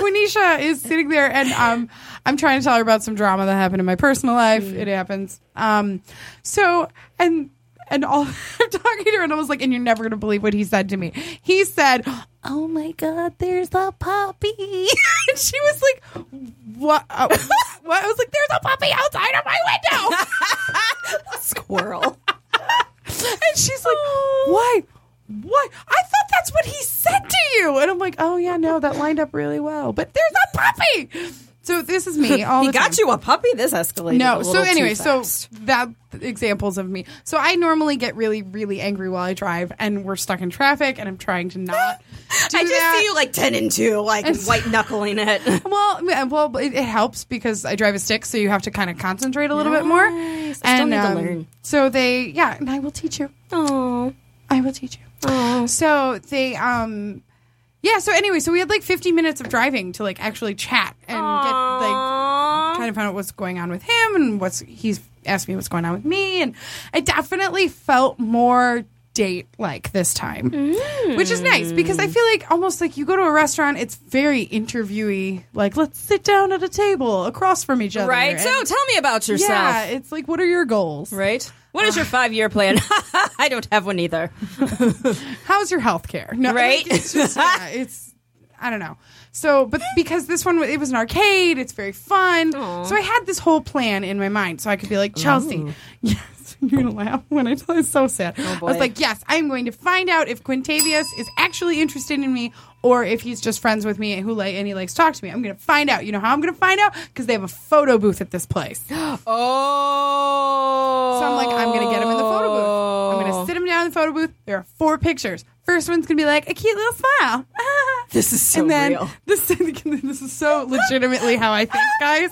[SPEAKER 2] Quenisha is sitting there, and um, I'm trying to tell her about some drama that happened in my personal life. It happens. Um, so and and all I'm talking to her, and I was like, and you're never gonna believe what he said to me. He said, "Oh my God, there's a puppy," and she was like, "What? Uh, what?" I was like, "There's a puppy outside of my window."
[SPEAKER 3] Squirrel.
[SPEAKER 2] And she's like, why? What? I thought that's what he said to you. And I'm like, oh, yeah, no, that lined up really well. But there's a puppy. So this is me all
[SPEAKER 3] He
[SPEAKER 2] the
[SPEAKER 3] got
[SPEAKER 2] time.
[SPEAKER 3] you a puppy? This escalated.
[SPEAKER 2] No,
[SPEAKER 3] a
[SPEAKER 2] so
[SPEAKER 3] little too
[SPEAKER 2] anyway, so
[SPEAKER 3] fast.
[SPEAKER 2] that examples of me. So I normally get really, really angry while I drive, and we're stuck in traffic, and I'm trying to not do
[SPEAKER 3] I just
[SPEAKER 2] that.
[SPEAKER 3] see you like ten and two, like white knuckling it.
[SPEAKER 2] Well, I mean, well, it, it helps because I drive a stick, so you have to kind of concentrate a little bit more. um,
[SPEAKER 3] Nice. I still need to learn.
[SPEAKER 2] So they, yeah, and I will teach you.
[SPEAKER 3] Oh,
[SPEAKER 2] I will teach you. So they, um, yeah. So anyway, so we had like 50 minutes of driving to like actually chat and get like kind of find out what's going on with him and what's he's asked me what's going on with me, and I definitely felt more date like this time, which is nice because I
[SPEAKER 3] Mm.
[SPEAKER 2] feel like almost like you go to a restaurant, it's very interviewy. Like let's sit down at a table across from each other,
[SPEAKER 3] right.
[SPEAKER 2] and-
[SPEAKER 3] So tell me about yourself.
[SPEAKER 2] yeah, it's like what are your goals?
[SPEAKER 3] Right. What is your five year plan? I don't have one either.
[SPEAKER 2] how's your health care? No,
[SPEAKER 3] Right?
[SPEAKER 2] like, it's just, yeah, it's, I don't know. So, but because this one, it was an arcade, it's very fun. So I had this whole plan in my mind. So I could be like, Chelsea,
[SPEAKER 3] Oh.
[SPEAKER 2] yes, you're going to laugh when I tell it's so sad. I
[SPEAKER 3] boy.
[SPEAKER 2] was like, yes, I'm going to find out if Quintavious is actually interested in me or if he's just friends with me who like and he likes to talk to me. I'm gonna find out. You know how I'm gonna find out because they have a photo booth at this place.
[SPEAKER 3] Oh.
[SPEAKER 2] So I'm like, I'm gonna get him in the photo booth. I'm
[SPEAKER 3] Oh.
[SPEAKER 2] gonna sit him down in the photo booth. There are four pictures. First one's gonna be like a cute little smile.
[SPEAKER 3] This is so
[SPEAKER 2] and then
[SPEAKER 3] real.
[SPEAKER 2] This, this is so legitimately how I think, guys.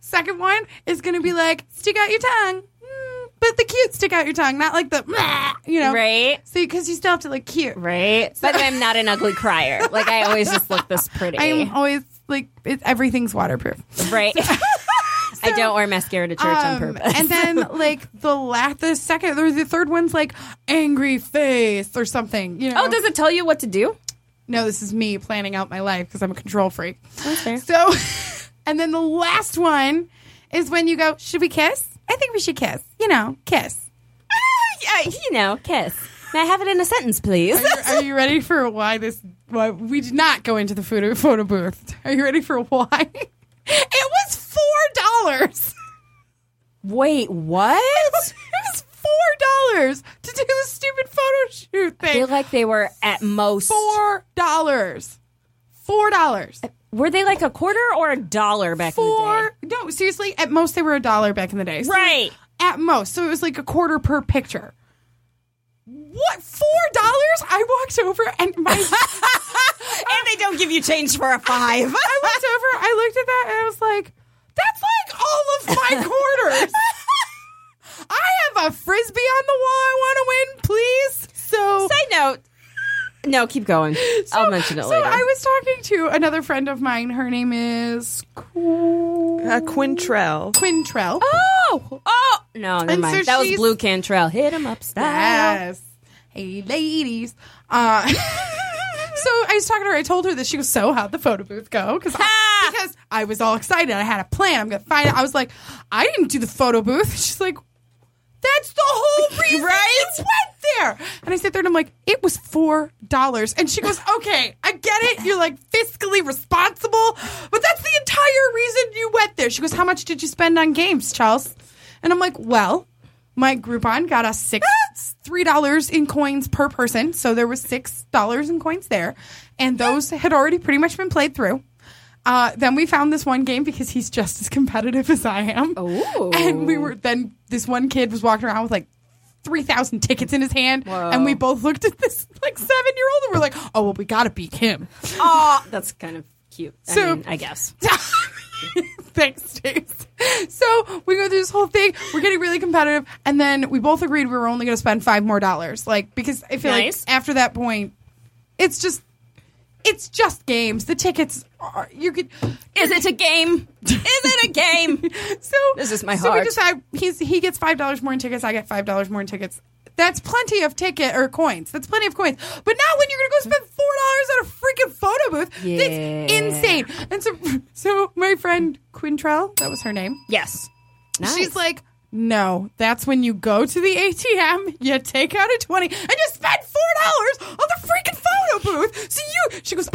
[SPEAKER 2] Second one is gonna be like stick out your tongue, Mm, but the cute stick out your tongue, not like the you know.
[SPEAKER 3] Right.
[SPEAKER 2] So because you still have to look cute.
[SPEAKER 3] Right. But I'm not an ugly crier. Like I always just look this pretty.
[SPEAKER 2] I'm always like it's, everything's waterproof.
[SPEAKER 3] right. I don't wear mascara to church on
[SPEAKER 2] Um,
[SPEAKER 3] purpose.
[SPEAKER 2] And then like the la- the second or the third one's like angry face or something. You know.
[SPEAKER 3] oh, does it tell you what to do?
[SPEAKER 2] no, this is me planning out my life because I'm a control freak.
[SPEAKER 3] That's fair.
[SPEAKER 2] So, and then the last one is when you go, should we kiss? I think we should kiss. You know, kiss.
[SPEAKER 3] Yeah, you know, kiss. May I have it in a sentence, please?
[SPEAKER 2] Are you ready for why this? Why we did not go into the photo photo booth? Are you ready for why? It was four dollars.
[SPEAKER 3] Wait, what?
[SPEAKER 2] it was four dollars to do the stupid photo shoot
[SPEAKER 3] I feel
[SPEAKER 2] thing.
[SPEAKER 3] like they were at most.
[SPEAKER 2] Four dollars. Four dollars.
[SPEAKER 3] Were they like a quarter or a dollar back in the day?
[SPEAKER 2] Four. No, seriously. At most, they were a dollar back in the day. So
[SPEAKER 3] Right.
[SPEAKER 2] At most, so it was like a quarter per picture. What four dollars? I walked over and my
[SPEAKER 3] And they don't give you change for a five.
[SPEAKER 2] I walked over. I looked at that and I was like, "That's like all of my quarters." I have a frisbee on the wall. I want to win, please. So
[SPEAKER 3] Side note. No, keep going. I'll mention it
[SPEAKER 2] so
[SPEAKER 3] later.
[SPEAKER 2] I was talking to another friend of mine. Her name is
[SPEAKER 5] A Uh, Quintrell.
[SPEAKER 2] Quintrell.
[SPEAKER 3] oh, oh, no, never
[SPEAKER 2] And
[SPEAKER 3] mind.
[SPEAKER 2] so
[SPEAKER 3] that was
[SPEAKER 2] she's-
[SPEAKER 3] Blue Cantrell. Hit him up, style.
[SPEAKER 2] Yes. Hey, ladies. Uh, so I was talking to her. I told her that she was so how'd the photo booth go? Because I, because I was all excited. I had a plan. I'm gonna find. Out. I was like, I didn't do the photo booth. She's like, that's the whole reason right? you went there. And I sit there and I'm like, it was four dollars. And she goes, okay, I get it. You're like fiscally responsible, but that's the entire reason you went there. She goes, how much did you spend on games, Charles? And I'm like, well, my Groupon got us six, three dollars in coins per person, so there was six dollars in coins there, and those had already pretty much been played through. Uh, then we found this one game because he's just as competitive as I am.
[SPEAKER 3] Ooh.
[SPEAKER 2] And we were then this one kid was walking around with like three thousand tickets in his hand, and we both looked at this like seven year old and we're like, "Oh well, we gotta beat him."
[SPEAKER 3] Aw, that's kind of cute. I
[SPEAKER 2] So-
[SPEAKER 3] mean, I guess.
[SPEAKER 2] Thanks, James. So we go through this whole thing. We're getting really competitive, and then we both agreed we were only going to spend five more dollars. Like because I feel
[SPEAKER 3] Nice.
[SPEAKER 2] like after that point, it's just it's just games. The tickets are you could.
[SPEAKER 3] Is it a game? Is it a game?
[SPEAKER 2] So
[SPEAKER 3] This is my
[SPEAKER 2] so
[SPEAKER 3] heart.
[SPEAKER 2] we decide he's he gets five dollars more in tickets. I get five dollars more in tickets. That's plenty of ticket or coins. That's plenty of coins. But now when you're gonna go spend four dollars at a freaking photo booth, that's
[SPEAKER 3] Yeah.
[SPEAKER 2] insane. And so so my friend Quintrell, that was her name.
[SPEAKER 3] yes. Nice.
[SPEAKER 2] She's like, no, that's when you go to the ATM, you take out a 20, and you spend $4 on the freaking photo booth. So you, she goes,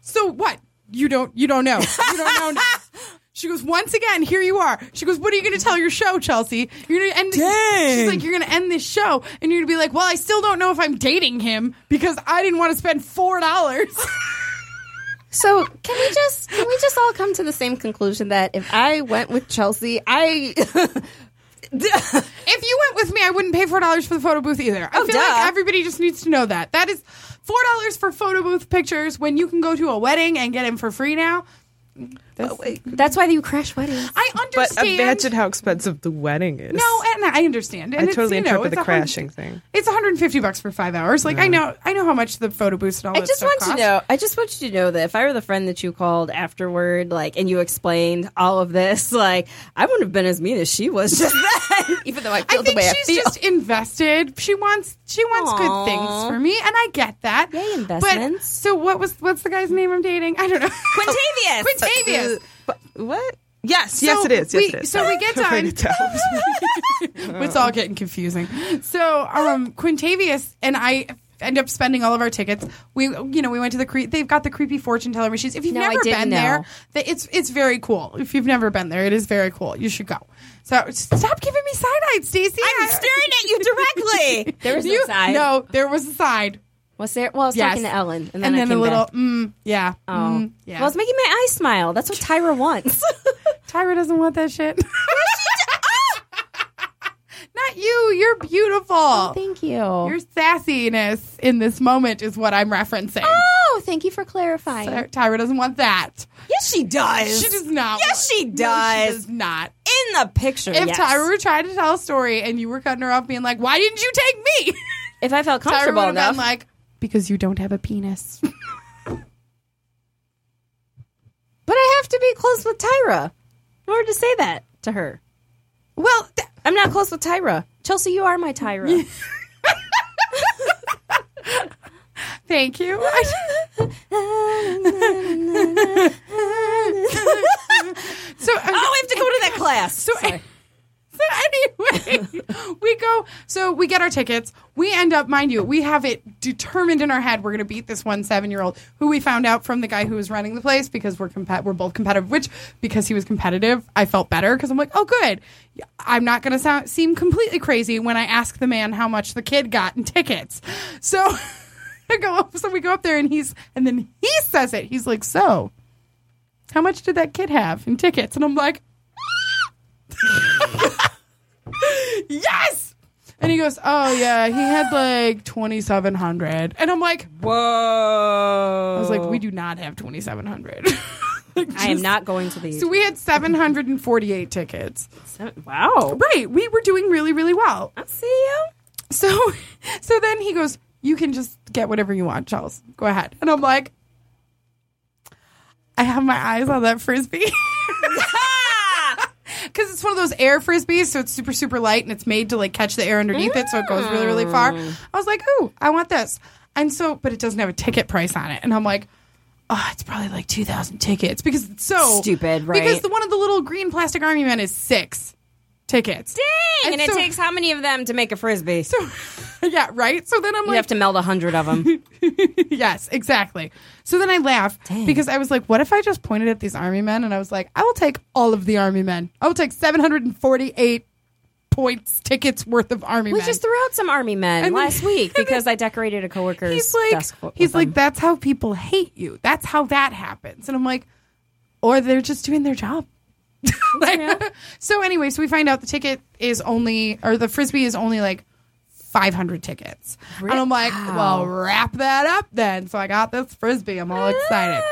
[SPEAKER 2] so what? You don't, you don't know. You don't know now. She goes, once again, here you are. She goes, what are you going to tell your show, Chelsea? You're going to end She's like, you're going to end this show. And you're going to be like, well, I still don't know if I'm dating him because I didn't want to spend $4.
[SPEAKER 3] So can we just can we just all come to the same conclusion that if I went with Chelsea, I
[SPEAKER 2] If you went with me, I wouldn't pay four dollars for the photo booth either. I feel
[SPEAKER 3] Oh, duh.
[SPEAKER 2] like everybody just needs to know that. That is four dollars for photo booth pictures when you can go to a wedding and get them for free now.
[SPEAKER 3] that's why you crash weddings.
[SPEAKER 2] I
[SPEAKER 5] But
[SPEAKER 3] uh,
[SPEAKER 2] understand.
[SPEAKER 5] imagine how expensive the wedding is.
[SPEAKER 2] no, and I understand. And
[SPEAKER 5] I
[SPEAKER 2] it's,
[SPEAKER 5] totally
[SPEAKER 2] you know,
[SPEAKER 5] interpret
[SPEAKER 2] it's
[SPEAKER 5] the
[SPEAKER 2] a hundred-
[SPEAKER 5] crashing thing.
[SPEAKER 2] It's 150 bucks for five hours. Like I know, I know how much the photo booths and all.
[SPEAKER 3] I
[SPEAKER 2] that
[SPEAKER 3] just
[SPEAKER 2] stuff
[SPEAKER 3] want
[SPEAKER 2] cost.
[SPEAKER 3] to know. I just want you to know that if I were the friend that you called afterward, like, and you explained all of this, like, I wouldn't have been as mean as she was just then. Even though I
[SPEAKER 2] I
[SPEAKER 3] feel the
[SPEAKER 2] think
[SPEAKER 3] way I
[SPEAKER 2] she's
[SPEAKER 3] feel.
[SPEAKER 2] just invested. She wants she wants
[SPEAKER 3] Aw.
[SPEAKER 2] good things for me, and I get that.
[SPEAKER 3] Yay,
[SPEAKER 2] But-
[SPEAKER 3] investments.
[SPEAKER 2] so what was what's the guy's name I'm dating? I don't know.
[SPEAKER 3] Quintavious.
[SPEAKER 2] Quintavious.
[SPEAKER 5] But what? Yes, yes,
[SPEAKER 2] So
[SPEAKER 5] it is. Yes,
[SPEAKER 2] we-
[SPEAKER 5] it is.
[SPEAKER 2] so we get
[SPEAKER 5] Write
[SPEAKER 2] done.
[SPEAKER 5] it down.
[SPEAKER 2] it's all getting confusing. So, um, Quintavious and I end up spending all of our tickets. We, you know, we went to the cre- they've got the creepy fortune teller machines. If you've
[SPEAKER 3] No, I
[SPEAKER 2] never
[SPEAKER 3] didn't
[SPEAKER 2] been
[SPEAKER 3] know.
[SPEAKER 2] there, th- it's it's very cool. If you've never been there, it is very cool. You should go. So stop giving me side eyes, Stacey. I-
[SPEAKER 3] I'm staring at you directly. There was no
[SPEAKER 2] You-
[SPEAKER 3] side.
[SPEAKER 2] No, there was a side.
[SPEAKER 3] Was there? Well, I was
[SPEAKER 2] Yes.
[SPEAKER 3] talking to Ellen, and then,
[SPEAKER 2] and then
[SPEAKER 3] I came
[SPEAKER 2] a little,
[SPEAKER 3] Back.
[SPEAKER 2] mm, yeah,
[SPEAKER 3] Oh,
[SPEAKER 2] mm, yeah.
[SPEAKER 3] Well, it's making my eyes smile. That's what Tyra wants.
[SPEAKER 2] Tyra doesn't want that shit. Not you. You're beautiful.
[SPEAKER 3] Ah! Oh, Thank you.
[SPEAKER 2] Your sassiness in this moment is what I'm referencing.
[SPEAKER 3] oh, thank you for clarifying.
[SPEAKER 2] Ty- Tyra doesn't want that.
[SPEAKER 3] Yes, she does.
[SPEAKER 2] She does not.
[SPEAKER 3] Yes,
[SPEAKER 2] want-
[SPEAKER 3] she
[SPEAKER 2] No,
[SPEAKER 3] does.
[SPEAKER 2] she does not.
[SPEAKER 3] in the picture.
[SPEAKER 2] If
[SPEAKER 3] yes.
[SPEAKER 2] Tyra were trying to tell a story and you were cutting her off, being like, "Why didn't you take me?"
[SPEAKER 3] if I felt
[SPEAKER 2] Tyra
[SPEAKER 3] comfortable
[SPEAKER 2] would have
[SPEAKER 3] enough,
[SPEAKER 2] been like, "Because you don't have a penis."
[SPEAKER 3] but I have to be close with Tyra in order to say that to her.
[SPEAKER 2] well, th-
[SPEAKER 3] I'm not close with Tyra. Chelsea, you are my Tyra.
[SPEAKER 2] thank you. I- so,
[SPEAKER 3] oh, we have to go to that class. Sorry.
[SPEAKER 2] So anyway, we go. So we get our tickets. We end up, mind you, we have it determined in our head we're going to beat this one seven-year-old who we found out from the guy who was running the place because we're compa- we're both competitive. Which because he was competitive, I felt better because I'm like, oh, good. I'm not going to sound seem completely crazy when I ask the man how much the kid got in tickets. So I go up. So we go up there and he's and then he says it. He's like, so. How much did that kid have in tickets? And I'm like, yes. And he goes, oh yeah, he had like twenty seven hundred, and I'm like,
[SPEAKER 3] Whoa.
[SPEAKER 2] I was like, we do not have twenty seven hundred.
[SPEAKER 3] I am not going to these.
[SPEAKER 2] so we had seven hundred and forty eight tickets.
[SPEAKER 3] wow.
[SPEAKER 2] Right, we were doing really, really well.
[SPEAKER 3] I see you.
[SPEAKER 2] So, so then he goes, you can just get whatever you want, Charles. Go ahead. And I'm like, I have my eyes on that frisbee. Because it's one of those air frisbees, so it's super, super light and it's made to like catch the air underneath it, so it goes really, really far.
[SPEAKER 3] Mm.
[SPEAKER 2] I was like, ooh, I want this. And so, but it doesn't have a ticket price on it. And I'm like, oh, it's probably like 2,000 tickets because it's so
[SPEAKER 3] Stupid, right?
[SPEAKER 2] Because the one of the little green plastic army men is six tickets.
[SPEAKER 3] Dang! And, it
[SPEAKER 2] so-
[SPEAKER 3] takes how many of them to make a frisbee?
[SPEAKER 2] yeah, right? So then I'm
[SPEAKER 3] you
[SPEAKER 2] like,
[SPEAKER 3] have to meld a hundred of them.
[SPEAKER 2] yes, exactly. So then I laughed because I was like, what if I just pointed at these army men and I was like, I will take all of the army men. I will take 748 points, tickets worth of army
[SPEAKER 3] we
[SPEAKER 2] men.
[SPEAKER 3] just threw out some army men
[SPEAKER 2] And then-
[SPEAKER 3] last week because I decorated a coworker's
[SPEAKER 2] he's like,
[SPEAKER 3] desk. with
[SPEAKER 2] he's like,
[SPEAKER 3] them.
[SPEAKER 2] that's how people hate you. That's how that happens. And I'm like, or they're just doing their job. Like- so anyway, so we find out the ticket is only, or the frisbee is only like 500 tickets. And I'm like, well, wrap that up then. So I got this frisbee. I'm all excited.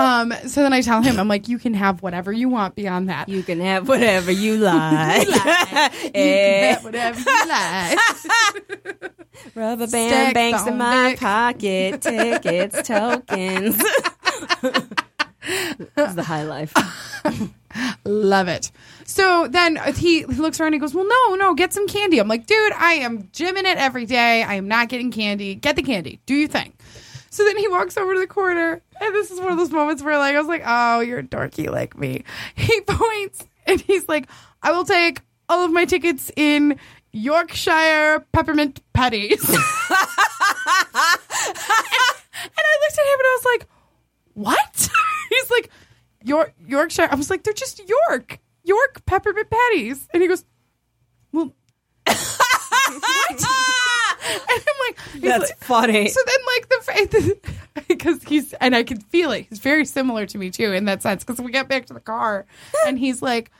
[SPEAKER 2] Um, so then I tell him, I'm like, you can have whatever you want beyond that.
[SPEAKER 3] You can have whatever you like.
[SPEAKER 2] can
[SPEAKER 3] Eh,
[SPEAKER 2] have whatever you like.
[SPEAKER 3] Rubber
[SPEAKER 2] Stick
[SPEAKER 3] band banks
[SPEAKER 2] the
[SPEAKER 3] in my
[SPEAKER 2] dick.
[SPEAKER 3] pocket, tickets, tokens. this is the high life.
[SPEAKER 2] Love it. So then he looks around and he goes, Well, no, no, get some candy. I'm like, Dude, I am gymming it every day. I am not getting candy. Get the candy. Do your thing. So then he walks over to the corner. And this is one of those moments where, like, I was like, Oh, you're dorky like me. He points and he's like, I will take all of my tickets in Yorkshire peppermint patties. and, and I looked at him and I was like, what? He's like, York, Yorkshire. I was like, they're just York, York peppermint patties. And he goes, well, what? and I'm like, he's
[SPEAKER 3] That's
[SPEAKER 2] like-
[SPEAKER 3] funny.
[SPEAKER 2] So then, like, the fact because he's, and I can feel it. He's very similar to me, too, in that sense, because we got back to the car and he's like,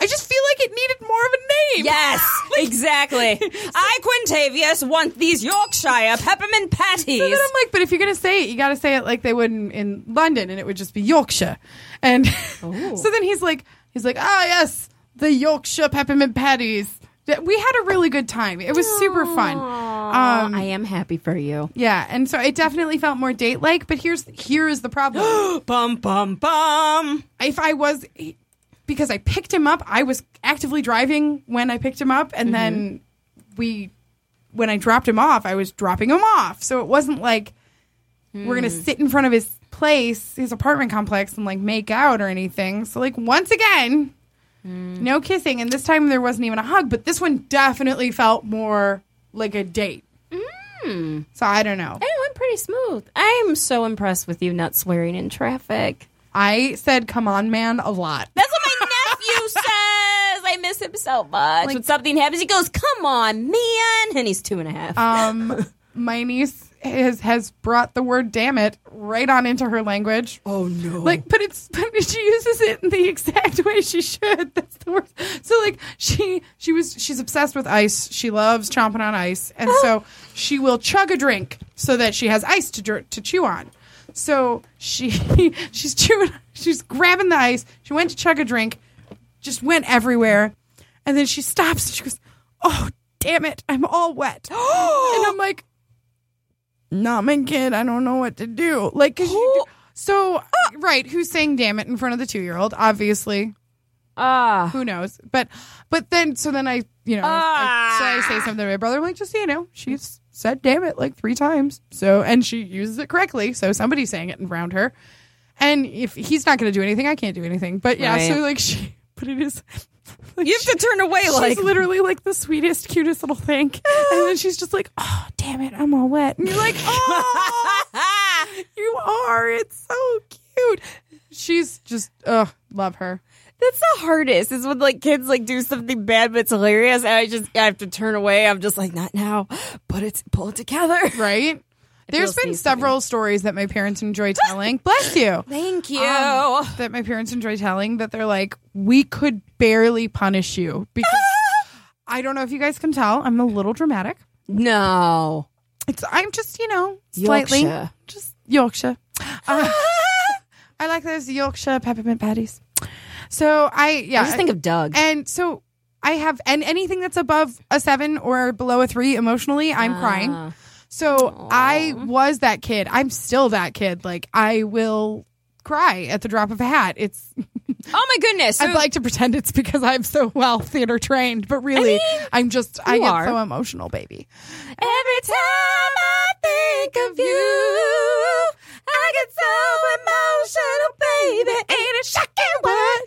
[SPEAKER 2] I just feel like it needed more of a name.
[SPEAKER 3] Yes, exactly. I, Quintavious, want these Yorkshire peppermint
[SPEAKER 2] So
[SPEAKER 3] patties.
[SPEAKER 2] then I'm like, but if you're gonna say it, you gotta say it like they would in, in London, and it would just be Yorkshire. And so then he's like, he's like, ah, yes, the Yorkshire peppermint patties. Th- We had a really good time. It was super fun. Um,
[SPEAKER 3] I am happy for you.
[SPEAKER 2] yeah, and so it definitely felt more date like. But here's here is the problem.
[SPEAKER 3] Bum, bum, bum.
[SPEAKER 2] if I was because I picked him up, I was actively driving when I picked him up, and then we when I dropped him off, I was dropping him off. So it wasn't like we're gonna sit in front of his place, his apartment complex, and like make out or anything. So like once again, no kissing, and this time there wasn't even a hug. But this one definitely felt more like a date. So I don't know.
[SPEAKER 3] It went pretty smooth. I am so impressed with you not swearing in traffic.
[SPEAKER 2] I said "come on, man" a lot.
[SPEAKER 3] That's what my nephew says. I miss Ah. him so much. when something happens, he goes, "Come on, man!" And he's two and a half.
[SPEAKER 2] Um, my niece has has brought the word "damn it" right on into her language.
[SPEAKER 3] Oh no!
[SPEAKER 2] Like, but it's but she uses it in the exact way she should. That's the worst. So like she she was she's obsessed with ice. She loves chomping on ice,
[SPEAKER 3] Oh.
[SPEAKER 2] and so she will chug a drink so that she has ice to dr- to chew on. So she she's chewing she's grabbing the ice. She went to chug a drink, just went everywhere, and then she stops and she goes, "Oh damn it, I'm all wet," and
[SPEAKER 3] Oh.
[SPEAKER 2] I'm like not my kid. I don't know what to do. Like, 'cause you do- so right? Who's saying "damn it" in front of the two-year-old? Obviously,
[SPEAKER 3] ah,
[SPEAKER 2] who knows? But but then so then I you know I, so I say
[SPEAKER 3] Ah.
[SPEAKER 2] something to my brother. I'm like, just so you know, she's said "damn it" like three times. So and she uses it correctly. So somebody's saying it around her. And if he's not going to do anything, I can't do anything. But yeah,
[SPEAKER 3] Right.
[SPEAKER 2] so like she, but it is. Like
[SPEAKER 3] you have to turn away. Like,
[SPEAKER 2] She's literally like the sweetest, cutest little thing. And then she's just like, oh, damn it, I'm all wet. And you're like, oh,
[SPEAKER 3] "Ah,
[SPEAKER 2] you are. It's so cute. She's just, ugh, love her.
[SPEAKER 3] That's the hardest is when like kids like do something bad but it's hilarious and I just I have to turn away. I'm just like not now, but it's pull it together.
[SPEAKER 2] Right? There's
[SPEAKER 3] feels
[SPEAKER 2] been
[SPEAKER 3] needs to
[SPEAKER 2] several stories that my parents enjoy telling. Bless you.
[SPEAKER 3] Thank you.
[SPEAKER 2] um, that my parents enjoy telling that they're like, we could barely punish you because I don't know if you guys can tell. I'm a little dramatic.
[SPEAKER 3] no.
[SPEAKER 2] It's I'm just you know slightly
[SPEAKER 3] Yorkshire.
[SPEAKER 2] just Yorkshire. Uh, I like those Yorkshire peppermint patties. So I yeah,
[SPEAKER 3] I Eh, just think of Doug.
[SPEAKER 2] and so I have and anything that's above a seven or below a three emotionally,
[SPEAKER 3] Ah.
[SPEAKER 2] I'm crying. So I was that kid. I'm still that kid. Like I will cry at the drop of a hat. It's
[SPEAKER 3] oh my goodness. So
[SPEAKER 2] I'd like to pretend it's because I'm so well theater trained, but really I am just I
[SPEAKER 3] you
[SPEAKER 2] get
[SPEAKER 3] are.
[SPEAKER 2] so emotional, baby.
[SPEAKER 3] every time I think of you, I get so emotional, baby. Ain't it shocking what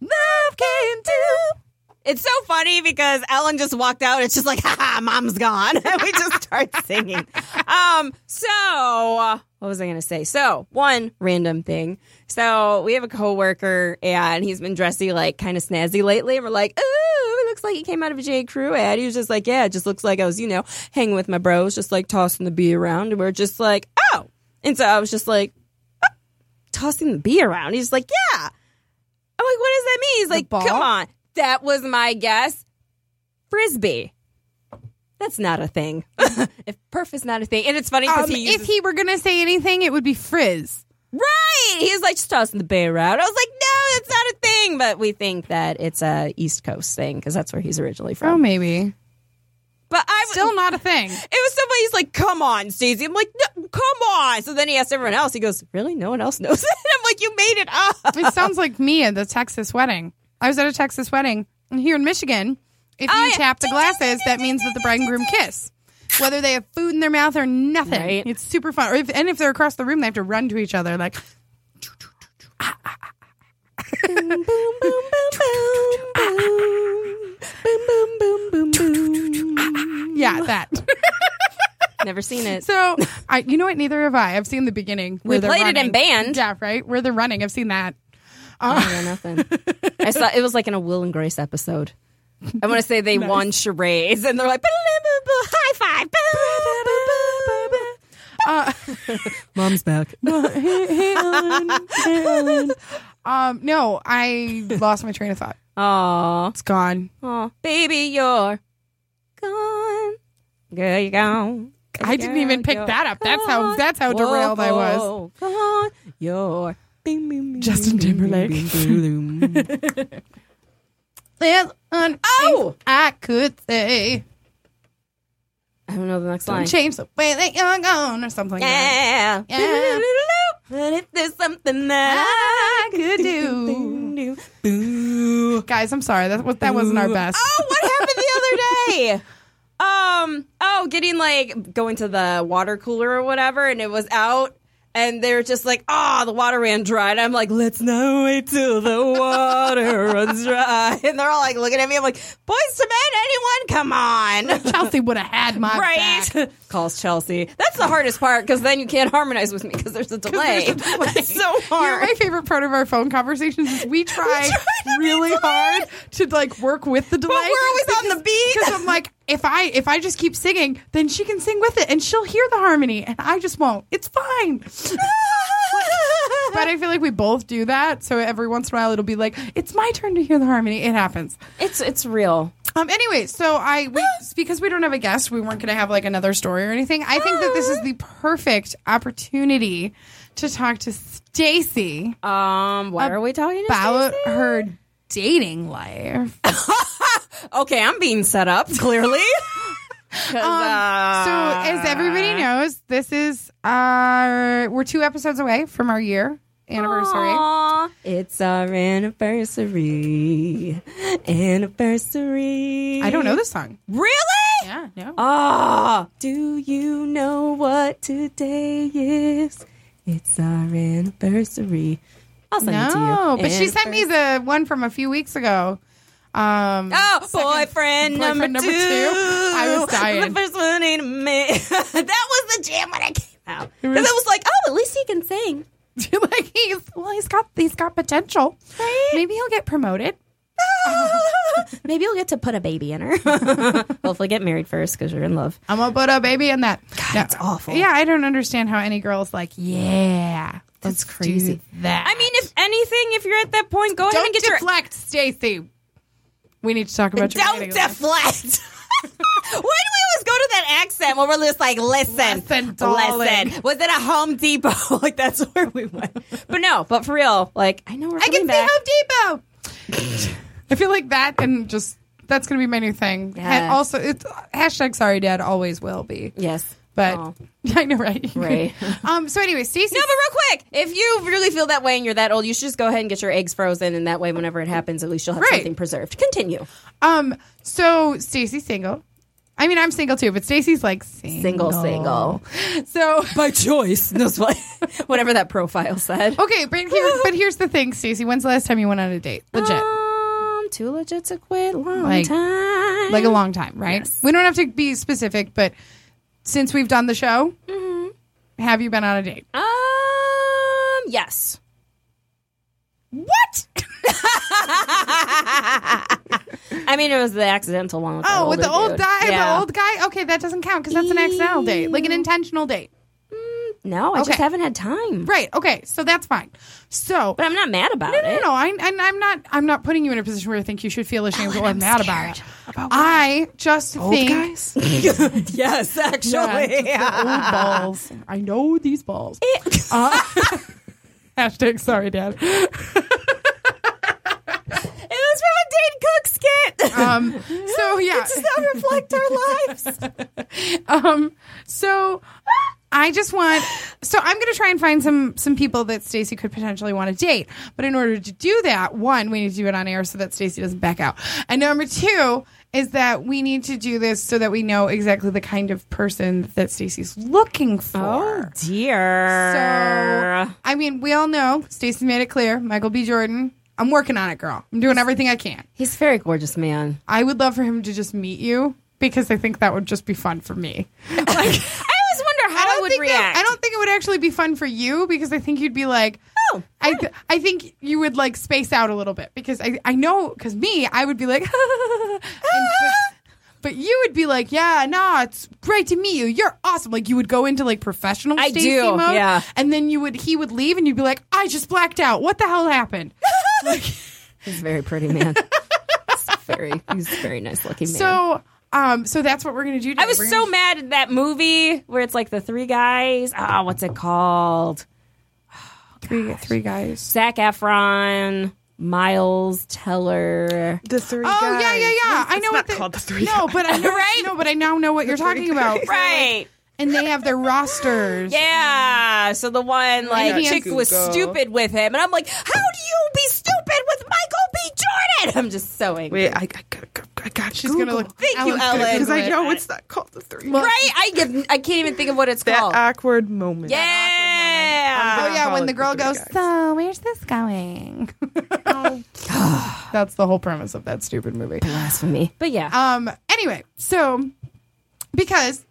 [SPEAKER 3] love can do? It's so funny because Ellen just walked out. It's just like, haha, mom's gone. And we just start singing. Um, so what was I gonna say? So one random thing. So we have a coworker and he's been dressy like kind of snazzy lately. And we're like, ooh, it looks like he came out of a J. Crew ad. He was just like, yeah, it just looks like I was, you know, hanging with my bros, just like tossing the bee around. And we're just like, oh. And so I was just like, "Oh, tossing the bee around. He's like, yeah. I'm like, what does that mean? He's like,
[SPEAKER 2] ball?
[SPEAKER 3] come on. That was my guess. Frisbee. That's not a thing. if perf is not a thing, and it's funny because
[SPEAKER 2] Um,
[SPEAKER 3] he uses
[SPEAKER 2] if he were gonna say anything, it would be frizz.
[SPEAKER 3] right. He's like just tossing the bay around. I was like, no, that's not a thing. But we think that it's a East Coast thing because that's where he's originally
[SPEAKER 2] Oh,
[SPEAKER 3] from.
[SPEAKER 2] maybe
[SPEAKER 3] but I w-
[SPEAKER 2] still not a thing.
[SPEAKER 3] It was somebody. He's like, come on, Stacey. I'm like, no, come on. So then he asked everyone else. He goes, really? No one else knows it. I'm like, you made it up.
[SPEAKER 2] It sounds like me at the Texas wedding. I was at a Texas wedding and here in Michigan. If you
[SPEAKER 3] Oh, yeah.
[SPEAKER 2] tap the glasses, that means that the bride and groom kiss, whether they have food in their mouth or nothing.
[SPEAKER 3] Right.
[SPEAKER 2] It's super fun. Or if, and if they're across the room, they have to run to each other like.
[SPEAKER 3] boom, boom, boom, boom, boom, boom, boom, boom, boom, boom.
[SPEAKER 2] Yeah, that.
[SPEAKER 3] Never seen it.
[SPEAKER 2] So, I, you know what? Neither have I. I've seen the beginning. where
[SPEAKER 3] We
[SPEAKER 2] they're
[SPEAKER 3] played it in
[SPEAKER 2] running.
[SPEAKER 3] band.
[SPEAKER 2] Yeah, right. Where they're running. I've seen that.
[SPEAKER 3] Yeah, nothing. I saw it was like in a Will and Grace episode. I want to say they won charades, and they're like high five. Mom's back.
[SPEAKER 2] Um, no, I lost my train of thought.
[SPEAKER 3] Aw,
[SPEAKER 2] It's gone.
[SPEAKER 3] aw, baby, you're gone. Girl, you're gone.
[SPEAKER 2] I didn't even pick
[SPEAKER 3] You're
[SPEAKER 2] that up. That's how- that's how
[SPEAKER 3] gone.
[SPEAKER 2] derailed I was.
[SPEAKER 3] Whoa, Gone. You're bing, bing, bing,
[SPEAKER 2] Justin
[SPEAKER 3] bing,
[SPEAKER 2] Timberlake.
[SPEAKER 3] bing, bing, bing, bing.
[SPEAKER 2] There's an
[SPEAKER 3] Oh!
[SPEAKER 2] I could say.
[SPEAKER 3] I don't know the next line.
[SPEAKER 2] Change the way that you're gone or something. like that.
[SPEAKER 3] Yeah.
[SPEAKER 2] Yeah.
[SPEAKER 3] But if there's something that I could do. Boo.
[SPEAKER 2] Guys, I'm sorry. That was that wasn't our best.
[SPEAKER 3] Oh, what happened the other day? Um, oh, getting like going to the water cooler or whatever, and it was out. And they were just like, oh, the water ran dry. And I'm like, let's not wait till the water runs dry. And they're all like looking at me. I'm like, boys to men, anyone? Come on.
[SPEAKER 2] Chelsea would have had my
[SPEAKER 3] right?
[SPEAKER 2] back.
[SPEAKER 3] Calls Chelsea. That's the hardest part because then you can't harmonize with me because there's a delay. it's so
[SPEAKER 2] You know,
[SPEAKER 3] hard.
[SPEAKER 2] my favorite part of our phone conversations is we try
[SPEAKER 3] try to be
[SPEAKER 2] really
[SPEAKER 3] polite.
[SPEAKER 2] hard to like work with the delay.
[SPEAKER 3] we're always on the beat.
[SPEAKER 2] Because I'm like, if I if I just keep singing, then she can sing with it and she'll hear the harmony and I just won't. It's fine. but I feel like we both do that. So every once in a while it'll be like, it's my turn to hear the harmony. It happens.
[SPEAKER 3] It's it's real.
[SPEAKER 2] Um anyway, so I we, because we don't have a guest, we weren't going to have like another story or anything. I think that this is the perfect opportunity to talk to Stacy
[SPEAKER 3] Um, what are we talking
[SPEAKER 2] about
[SPEAKER 3] about?
[SPEAKER 2] her dating life.
[SPEAKER 3] Okay, I'm being set up clearly. 'Cause, uh,
[SPEAKER 2] So, as everybody knows, this is our we're two episodes away from our year anniversary.
[SPEAKER 3] Aw, It's our anniversary. Anniversary.
[SPEAKER 2] I don't know this song.
[SPEAKER 3] Really?
[SPEAKER 2] Yeah, no.
[SPEAKER 3] Ah, do you know what today is? It's our anniversary. I'll send it to you.
[SPEAKER 2] no, but she sent me
[SPEAKER 3] Anniversary.
[SPEAKER 2] the one from a few weeks ago. Um,
[SPEAKER 3] Oh, boyfriend,
[SPEAKER 2] boyfriend
[SPEAKER 3] number,
[SPEAKER 2] number
[SPEAKER 3] two.
[SPEAKER 2] two. I was dying.
[SPEAKER 3] The first one ain't me. that was the jam when I came out. Because I was like, oh, at least he can sing.
[SPEAKER 2] like he's well, he's got he's got potential. Maybe he'll get promoted.
[SPEAKER 3] Maybe you'll get to put a baby in her. Hopefully, get married first because you're in love.
[SPEAKER 2] I'm gonna put a baby in that.
[SPEAKER 3] That's awful.
[SPEAKER 2] Yeah, I don't understand how any girl's like, yeah, that's
[SPEAKER 3] crazy.
[SPEAKER 2] that
[SPEAKER 3] I mean, if anything, if you're at that point, go ahead and
[SPEAKER 2] don't
[SPEAKER 3] get your
[SPEAKER 2] deflect, Stacy. We need to talk about your
[SPEAKER 3] don't
[SPEAKER 2] dating life.
[SPEAKER 3] deflect. Why do we always go to that accent where we're just like, listen,
[SPEAKER 2] Listen, darling.
[SPEAKER 3] listen. Was it a Home Depot? like that's where we went. But no, but for real, like I know we're
[SPEAKER 2] I
[SPEAKER 3] coming
[SPEAKER 2] can see
[SPEAKER 3] back.
[SPEAKER 2] Home Depot. I feel like that and just that's gonna be my new thing.
[SPEAKER 3] Yeah.
[SPEAKER 2] And also, it's hashtag sorry dad always will be.
[SPEAKER 3] yes,
[SPEAKER 2] But
[SPEAKER 3] Oh.
[SPEAKER 2] I know, right?
[SPEAKER 3] Right.
[SPEAKER 2] um. So anyway, Stacey.
[SPEAKER 3] No, but real quick, if you really feel that way and you're that old, you should just go ahead and get your eggs frozen, and that way, whenever it happens, at least you'll have
[SPEAKER 2] Right.
[SPEAKER 3] something preserved. Continue.
[SPEAKER 2] um. So Stacy's single. I mean, I'm single too, but Stacy's like single,
[SPEAKER 3] Single, single.
[SPEAKER 2] So
[SPEAKER 3] By choice. That's what, whatever that profile said.
[SPEAKER 2] okay, but here, but here's the thing, Stacy. When's the last time you went on a date? Legit.
[SPEAKER 3] Um, too legit to quit. Long
[SPEAKER 2] Like-
[SPEAKER 3] time.
[SPEAKER 2] like a long time, right? We don't have to be specific, but since we've done the show, have you been on a date?
[SPEAKER 3] Um, yes.
[SPEAKER 2] What?
[SPEAKER 3] I mean, it was the accidental one. With that
[SPEAKER 2] Oh, with the
[SPEAKER 3] older
[SPEAKER 2] old
[SPEAKER 3] dude.
[SPEAKER 2] guy,
[SPEAKER 3] Yeah. Mm-hmm.
[SPEAKER 2] the old guy. Okay, that doesn't count because that's an accidental date, like an intentional date,
[SPEAKER 3] No, I just
[SPEAKER 2] Okay.
[SPEAKER 3] haven't had time.
[SPEAKER 2] right? Okay, so that's fine. So
[SPEAKER 3] But I'm not mad about
[SPEAKER 2] no,
[SPEAKER 3] it. Oh,
[SPEAKER 2] no, no, no. I, and I'm not. I'm not putting you in a position where I think you should feel ashamed or mad about it. I just think.
[SPEAKER 5] guys.
[SPEAKER 3] Yes, actually.
[SPEAKER 2] Yeah, just the old balls. I know these balls. Uh, hashtag sorry, Dad.
[SPEAKER 3] It was from a Dane Cook skit.
[SPEAKER 2] Um, so yeah,
[SPEAKER 3] that reflect our lives.
[SPEAKER 2] um so I just want so I'm going to try and find some some people that Stacy could potentially want to date. But in order to do that, one, we need to do it on air so that Stacy doesn't back out. And number 2 is that we need to do this so that we know exactly the kind of person that Stacy's looking
[SPEAKER 3] Oh,
[SPEAKER 2] for.
[SPEAKER 3] dear.
[SPEAKER 2] So I mean, we all know Stacy made it clear, Michael B Jordan. I'm working on it, girl. I'm doing everything I can.
[SPEAKER 3] he's a very gorgeous man.
[SPEAKER 2] I would love for him to just meet you because I think that would just be fun for me.
[SPEAKER 3] I always wonder how I, would
[SPEAKER 2] think that-
[SPEAKER 3] react.
[SPEAKER 2] I don't think it would actually be fun for you because I think you'd be like,
[SPEAKER 3] Oh,
[SPEAKER 2] I, th- I think you would like space out a little bit because I, I know, because me, I would be like, and- but, but you would be like, yeah, nah, it's great to meet you. You're awesome. Like you would go into like professional
[SPEAKER 3] I
[SPEAKER 2] Stacey
[SPEAKER 3] do,
[SPEAKER 2] mode,
[SPEAKER 3] yeah.
[SPEAKER 2] And then you would, he would leave and you'd be like, I just blacked out. What the hell happened?
[SPEAKER 3] he's a very pretty man. He's very, he's a very nice looking man.
[SPEAKER 2] So, um, so that's what we're going to do.
[SPEAKER 3] I
[SPEAKER 2] today.
[SPEAKER 3] was
[SPEAKER 2] We're
[SPEAKER 3] so
[SPEAKER 2] gonna-
[SPEAKER 3] mad at that movie where it's like the three guys. Ah, what's it called?
[SPEAKER 2] three, three guys.
[SPEAKER 3] Zac Efron, Miles Teller.
[SPEAKER 5] The three
[SPEAKER 2] Oh
[SPEAKER 5] guys.
[SPEAKER 2] yeah, yeah, yeah.
[SPEAKER 5] It's
[SPEAKER 2] I know
[SPEAKER 5] not
[SPEAKER 2] what they-
[SPEAKER 5] called the three
[SPEAKER 2] No,
[SPEAKER 5] guys.
[SPEAKER 2] but I know, right? No, but I now know what you're talking about.
[SPEAKER 3] Right.
[SPEAKER 2] And they have their rosters.
[SPEAKER 3] Yeah. So the one like
[SPEAKER 2] Maybe
[SPEAKER 3] chick
[SPEAKER 2] it's
[SPEAKER 3] was
[SPEAKER 5] Google.
[SPEAKER 3] stupid with him, and I'm like, how do you be stupid with Michael B. Jordan? I'm just so angry.
[SPEAKER 5] Wait, I, I, got, I got
[SPEAKER 2] She's
[SPEAKER 5] Google.
[SPEAKER 2] gonna look.
[SPEAKER 3] Thank you,
[SPEAKER 2] Ellen's gonna
[SPEAKER 3] Ellen.
[SPEAKER 5] because
[SPEAKER 2] Google
[SPEAKER 5] I
[SPEAKER 2] it.
[SPEAKER 5] know it's not called the three.
[SPEAKER 2] Well,
[SPEAKER 3] Right? I give, I can't even think of what it's
[SPEAKER 5] that
[SPEAKER 3] called.
[SPEAKER 5] awkward moment.
[SPEAKER 3] yeah.
[SPEAKER 2] Oh
[SPEAKER 5] I'll
[SPEAKER 2] yeah,
[SPEAKER 5] call
[SPEAKER 2] when
[SPEAKER 5] it
[SPEAKER 2] the girl
[SPEAKER 5] the
[SPEAKER 2] goes,
[SPEAKER 5] three guys.
[SPEAKER 2] so where's this going?
[SPEAKER 3] Oh.
[SPEAKER 2] That's the whole premise of that stupid movie.
[SPEAKER 3] Blasphemy. But yeah,
[SPEAKER 2] Um. Anyway, so because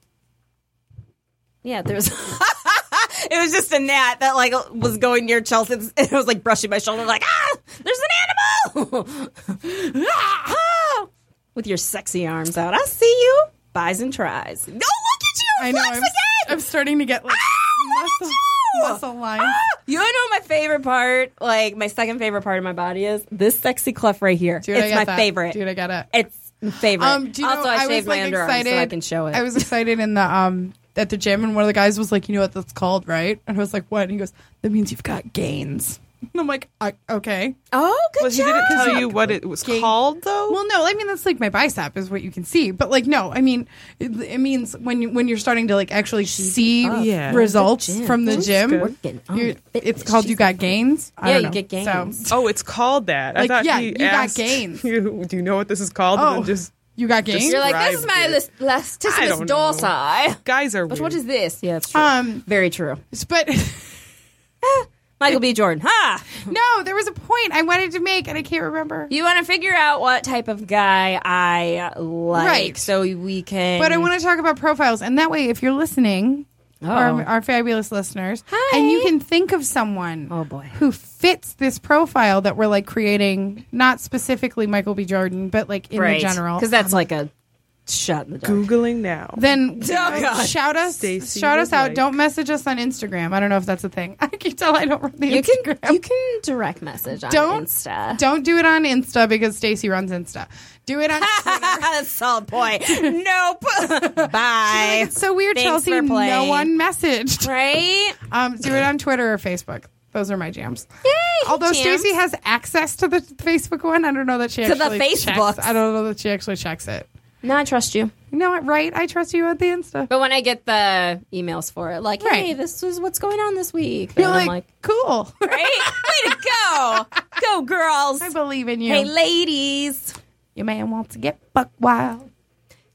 [SPEAKER 3] yeah. There's. it was just a gnat that like was going near Chelsea. and It was like brushing my shoulder, like ah, there's an animal. Ah! with your sexy arms out. I see you. Buys and tries. No, look at you.
[SPEAKER 2] I know.
[SPEAKER 3] Flex
[SPEAKER 2] I'm,
[SPEAKER 3] again.
[SPEAKER 2] I'm starting to get like
[SPEAKER 3] Ah, look
[SPEAKER 2] muscle,
[SPEAKER 3] at you.
[SPEAKER 2] muscle lines.
[SPEAKER 3] Ah, you know what my favorite part, like my second favorite part of my body is this sexy clef right here.
[SPEAKER 2] Dude, I
[SPEAKER 3] it's
[SPEAKER 2] got
[SPEAKER 3] my
[SPEAKER 2] that.
[SPEAKER 3] favorite.
[SPEAKER 2] Dude, I got it.
[SPEAKER 3] it's my favorite.
[SPEAKER 2] Um, do you
[SPEAKER 3] also,
[SPEAKER 2] know,
[SPEAKER 3] I,
[SPEAKER 2] I was
[SPEAKER 3] shaved my
[SPEAKER 2] like
[SPEAKER 3] underarms
[SPEAKER 2] excited.
[SPEAKER 3] so I can show it.
[SPEAKER 2] I was excited in the um at the gym, and one of the guys was like, "You know what that's called, right?" And I was like, "What?" And he goes, "That means you've got gains." And I'm like, I, "Okay."
[SPEAKER 3] oh, good
[SPEAKER 5] Well, he
[SPEAKER 3] job.
[SPEAKER 5] didn't tell you what it was called,
[SPEAKER 3] Oh.
[SPEAKER 5] though.
[SPEAKER 2] Well, no, I mean that's like my bicep is what you can see, but like no, I mean it, it means when you, when you're starting to like actually see
[SPEAKER 3] up.
[SPEAKER 5] Yeah.
[SPEAKER 2] results
[SPEAKER 3] Good gym.
[SPEAKER 2] from the
[SPEAKER 3] She's
[SPEAKER 2] gym.
[SPEAKER 3] working on
[SPEAKER 2] you're-
[SPEAKER 3] the fitness.
[SPEAKER 2] It's called
[SPEAKER 3] She's
[SPEAKER 2] you got gains. I
[SPEAKER 3] Yeah,
[SPEAKER 2] don't
[SPEAKER 3] you
[SPEAKER 2] know.
[SPEAKER 3] get gains.
[SPEAKER 2] So,
[SPEAKER 5] oh, it's called that. I
[SPEAKER 2] Like,
[SPEAKER 5] thought
[SPEAKER 2] yeah,
[SPEAKER 5] he
[SPEAKER 2] you got
[SPEAKER 5] asked
[SPEAKER 2] gains.
[SPEAKER 5] You, do you know what this is called? And
[SPEAKER 2] Oh.
[SPEAKER 5] then just
[SPEAKER 2] you got gains.
[SPEAKER 3] You're like, this is my
[SPEAKER 5] Described
[SPEAKER 3] list,
[SPEAKER 5] I
[SPEAKER 3] lasticimus
[SPEAKER 5] don't know.
[SPEAKER 3] dorsi.
[SPEAKER 5] guys are.
[SPEAKER 3] But
[SPEAKER 5] weird.
[SPEAKER 3] what is this? Yeah, it's true.
[SPEAKER 2] Um,
[SPEAKER 3] Very true.
[SPEAKER 2] but
[SPEAKER 3] Michael B. Jordan. Ha!
[SPEAKER 2] no, there was a point I wanted to make, and I can't remember.
[SPEAKER 3] You want to figure out what type of guy I like,
[SPEAKER 2] Right.
[SPEAKER 3] so we can.
[SPEAKER 2] But I want to talk about profiles, and that way, if you're listening,
[SPEAKER 3] Oh.
[SPEAKER 2] our, our fabulous listeners,
[SPEAKER 3] Hi.
[SPEAKER 2] and you can think of someone,
[SPEAKER 3] Oh, boy.
[SPEAKER 2] who fits this profile that we're like creating, not specifically Michael B. Jordan, but like in the general,
[SPEAKER 3] because that's like a shot in the dark.
[SPEAKER 5] Googling now.
[SPEAKER 2] then uh,
[SPEAKER 3] Oh, God.
[SPEAKER 2] shout us,
[SPEAKER 5] Stacey
[SPEAKER 2] shout
[SPEAKER 5] would
[SPEAKER 2] us out.
[SPEAKER 5] like-
[SPEAKER 2] Don't message us on Instagram. I don't know if that's a thing. I can tell I don't run the
[SPEAKER 3] You
[SPEAKER 2] Instagram.
[SPEAKER 3] can you can direct message on
[SPEAKER 2] don't
[SPEAKER 3] Insta.
[SPEAKER 2] don't do it on Insta because Stacy runs Insta. Do it on Twitter.
[SPEAKER 3] That's a solid point. Nope. Bye.
[SPEAKER 2] it's so weird,
[SPEAKER 3] Thanks
[SPEAKER 2] Chelsea.
[SPEAKER 3] for
[SPEAKER 2] No
[SPEAKER 3] playing.
[SPEAKER 2] one messaged.
[SPEAKER 3] Right?
[SPEAKER 2] Um, do it on Twitter or Facebook. Those are my jams.
[SPEAKER 3] Yay!
[SPEAKER 2] Although
[SPEAKER 3] champs.
[SPEAKER 2] Stacey has access to the Facebook one, I don't know that she
[SPEAKER 3] To the
[SPEAKER 2] actually
[SPEAKER 3] Facebooks.
[SPEAKER 2] Checks. I don't know that she actually checks it.
[SPEAKER 3] no, I trust you.
[SPEAKER 2] You know what? Right? I trust you at the Insta.
[SPEAKER 3] But when I get the emails for it, like, hey,
[SPEAKER 2] Right.
[SPEAKER 3] this is what's going on this week.
[SPEAKER 2] You're
[SPEAKER 3] and
[SPEAKER 2] like,
[SPEAKER 3] I'm like,
[SPEAKER 2] cool.
[SPEAKER 3] right? Way to go, go girls.
[SPEAKER 2] I believe in you.
[SPEAKER 3] Hey, ladies,
[SPEAKER 2] Your man wants to get buck wild.